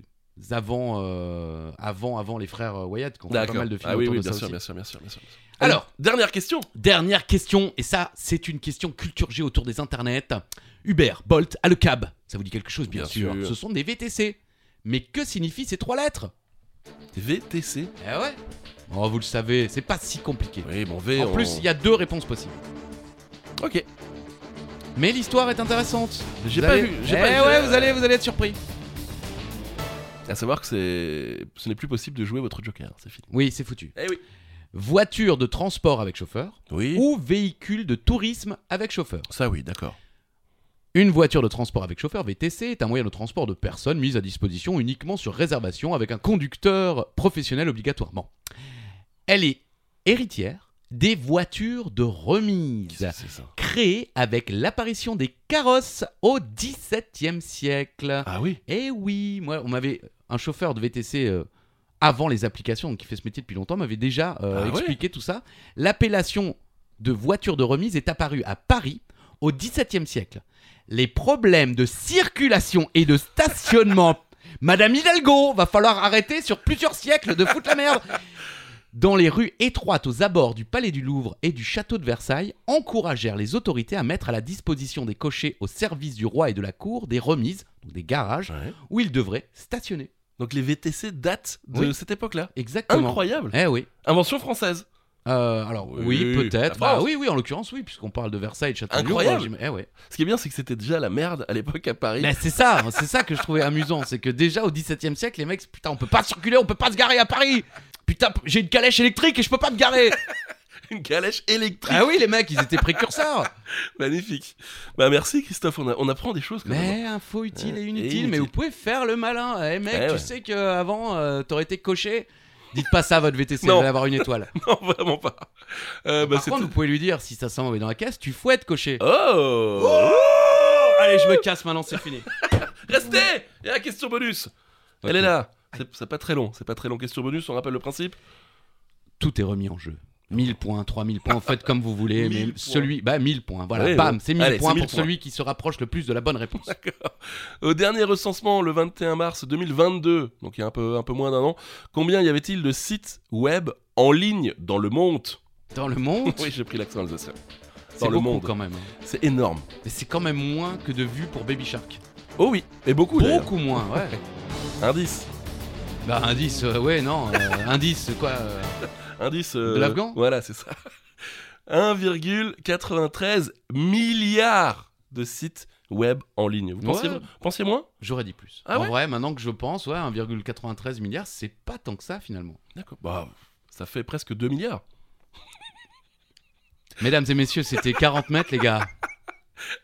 Speaker 3: avant, euh, avant, avant les frères euh, Wyatt, qui ont fait pas mal de films
Speaker 1: Ah oui,
Speaker 3: autour
Speaker 1: oui,
Speaker 3: de
Speaker 1: bien
Speaker 3: ça
Speaker 1: sûr,
Speaker 3: aussi.
Speaker 1: bien sûr, bien sûr, bien sûr.
Speaker 3: Alors,
Speaker 1: dernière question.
Speaker 3: Dernière question, et ça, c'est une question culture G autour des internets. Uber, Bolt, Alecab, ça vous dit quelque chose, bien,
Speaker 1: Bien
Speaker 3: sûr.
Speaker 1: sûr.
Speaker 3: Ce sont des VTC. Mais que signifient ces trois lettres
Speaker 1: VTC.
Speaker 3: Eh ouais Oh, vous le savez, c'est pas si compliqué.
Speaker 1: Oui, bon, V.
Speaker 3: en
Speaker 1: on-
Speaker 3: plus, il y a deux réponses possibles.
Speaker 1: Ok.
Speaker 3: Mais l'histoire est intéressante.
Speaker 1: J'ai
Speaker 3: Vous
Speaker 1: pas
Speaker 3: allez-
Speaker 1: vu. J'ai
Speaker 3: Eh
Speaker 1: pas vu.
Speaker 3: ouais, vous allez, vous allez être surpris.
Speaker 1: À savoir que c'est, ce n'est plus possible de jouer votre Joker. C'est fini.
Speaker 3: Oui, c'est foutu.
Speaker 1: Eh oui.
Speaker 3: Voiture de transport avec chauffeur
Speaker 1: Oui.
Speaker 3: ou véhicule de tourisme avec chauffeur.
Speaker 1: Ça, oui, d'accord.
Speaker 3: Une voiture de transport avec chauffeur VTC est un moyen de transport de personnes mis à disposition uniquement sur réservation avec un conducteur professionnel obligatoirement. Elle est héritière des voitures de remise
Speaker 1: Qu'est-ce que C'est ça.
Speaker 3: créées avec l'apparition des carrosses au XVIIe siècle.
Speaker 1: Ah oui.
Speaker 3: Eh oui, moi, on m'avait un chauffeur de VTC euh, avant les applications, donc qui fait ce métier depuis longtemps, m'avait déjà euh,
Speaker 1: Ah ouais
Speaker 3: expliqué tout ça. L'appellation de voiture de remise est apparue à Paris au XVIIe siècle. Les problèmes de circulation et de stationnement. Madame Hidalgo, va falloir arrêter sur plusieurs siècles de foutre la merde. Dans les rues étroites aux abords du Palais du Louvre et du Château de Versailles, encouragèrent les autorités à mettre à la disposition des cochers au service du roi et de la cour des remises, donc des garages,
Speaker 1: Ouais.
Speaker 3: où il devrait stationner.
Speaker 1: Donc les VTC datent de
Speaker 3: Oui.
Speaker 1: cette époque-là.
Speaker 3: Exactement.
Speaker 1: Incroyable.
Speaker 3: Eh oui.
Speaker 1: Invention française.
Speaker 3: Euh, alors oui,
Speaker 1: Oui,
Speaker 3: peut-être.
Speaker 1: la
Speaker 3: Bah
Speaker 1: France.
Speaker 3: oui, oui, en l'occurrence, oui, puisqu'on parle de Versailles, Châteauroux.
Speaker 1: Incroyable.
Speaker 3: moi, j'im- eh ouais.
Speaker 1: Ce qui est bien, c'est que c'était déjà la merde à l'époque à Paris.
Speaker 3: Mais c'est ça, hein, c'est ça que je trouvais amusant, c'est que déjà au XVIIe siècle, les mecs, putain, on peut pas circuler, on peut pas se garer à Paris. Putain, p- j'ai une calèche électrique et je peux pas me garer.
Speaker 1: Une calèche électrique.
Speaker 3: ah oui, les mecs, ils étaient précurseurs.
Speaker 1: Magnifique. Bah merci Christophe, on, a- on apprend des choses. quand même.
Speaker 3: Mais info utile et
Speaker 1: Et
Speaker 3: inutile,
Speaker 1: inutile.
Speaker 3: mais vous pouvez faire le malin. Eh mec,
Speaker 1: Eh
Speaker 3: tu
Speaker 1: ouais.
Speaker 3: sais qu'avant, t'aurais été coché. Dites pas ça à votre VTC,
Speaker 1: Non.
Speaker 3: vous allez avoir une étoile.
Speaker 1: Non, vraiment pas. Euh, bah,
Speaker 3: Par contre,
Speaker 1: c'était-
Speaker 3: vous pouvez lui dire, si ça sent mauvais dans la caisse, tu fouettes coché.
Speaker 1: Oh
Speaker 3: Allez, je me casse maintenant, c'est fini.
Speaker 1: Restez Il y a la question bonus Elle
Speaker 3: Ok.
Speaker 1: est là C'est- C'est pas très long, c'est pas très long. Question bonus, on rappelle le principe
Speaker 3: Tout est remis en jeu. 1000 points, 3000 points, faites comme vous voulez,
Speaker 1: 1000
Speaker 3: mais
Speaker 1: points.
Speaker 3: celui. Bah, 1000 points, voilà,
Speaker 1: Ouais,
Speaker 3: bam,
Speaker 1: ouais.
Speaker 3: c'est 1000
Speaker 1: Allez,
Speaker 3: points
Speaker 1: c'est 1000
Speaker 3: pour celui qui se rapproche le plus de la bonne réponse.
Speaker 1: Au dernier recensement, le 21 mars 2022, donc il y a un peu, un peu moins d'un an, combien y avait-il de sites web en ligne dans le monde
Speaker 3: Dans le monde,
Speaker 1: Oui, j'ai pris l'accent alsacien.
Speaker 3: c'est
Speaker 1: Dans le
Speaker 3: beaucoup
Speaker 1: monde.
Speaker 3: quand même. hein.
Speaker 1: C'est énorme.
Speaker 3: Mais c'est quand même moins que de vues pour Baby Shark.
Speaker 1: Oh oui, et beaucoup d'ailleurs.
Speaker 3: beaucoup moins, ouais.
Speaker 1: Indice.
Speaker 3: bah, indice, euh, ouais, non, euh, indice, quoi. euh,
Speaker 1: Indice. euh,
Speaker 3: De l'Afghan
Speaker 1: Voilà, c'est ça. 1,93 milliard de sites web en ligne. Vous pensiez,
Speaker 3: Ouais.
Speaker 1: pensiez moins
Speaker 3: J'aurais dit plus.
Speaker 1: Ah
Speaker 3: en
Speaker 1: ouais
Speaker 3: vrai, maintenant que je pense, ouais, 1,93 milliard, c'est pas tant que ça finalement.
Speaker 1: D'accord. Bah, ça fait presque 2 milliards.
Speaker 3: Mesdames et messieurs, c'était 40 mètres, les gars.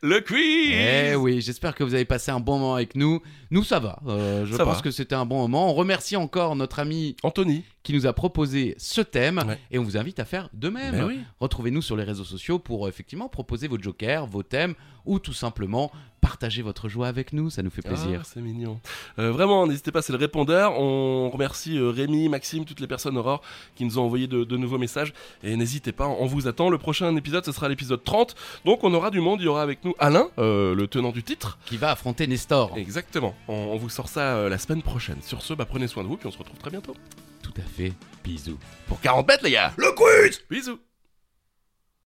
Speaker 1: Le quiz
Speaker 3: Eh oui, j'espère que vous avez passé un bon moment avec nous. Nous, ça va. Euh, je
Speaker 1: Ça
Speaker 3: pense
Speaker 1: va.
Speaker 3: que c'était un bon moment. On remercie encore notre ami
Speaker 1: Anthony.
Speaker 3: qui nous a proposé ce thème
Speaker 1: Ouais.
Speaker 3: et on vous invite à faire de même.
Speaker 1: Ben oui.
Speaker 3: Retrouvez-nous sur les réseaux sociaux pour euh, effectivement proposer vos jokers, vos thèmes ou tout simplement partager votre joie avec nous. Ça nous fait plaisir.
Speaker 1: Ah, c'est mignon. Euh, vraiment, n'hésitez pas, c'est le répondeur. On remercie euh, Rémi, Maxime, toutes les personnes Aurore qui nous ont envoyé de, de nouveaux messages. Et n'hésitez pas, on vous attend. Le prochain épisode, ce sera l'épisode 30. Donc on aura du monde, il y aura avec nous Alain, euh, le tenant du titre.
Speaker 3: Qui va affronter Nestor
Speaker 1: Exactement. On, on vous sort ça euh, la semaine prochaine. Sur ce, bah, prenez soin de vous, puis on se retrouve très bientôt.
Speaker 3: Tout à fait. Bisous.
Speaker 1: Pour 40 mètres, les gars Le quiz Bisous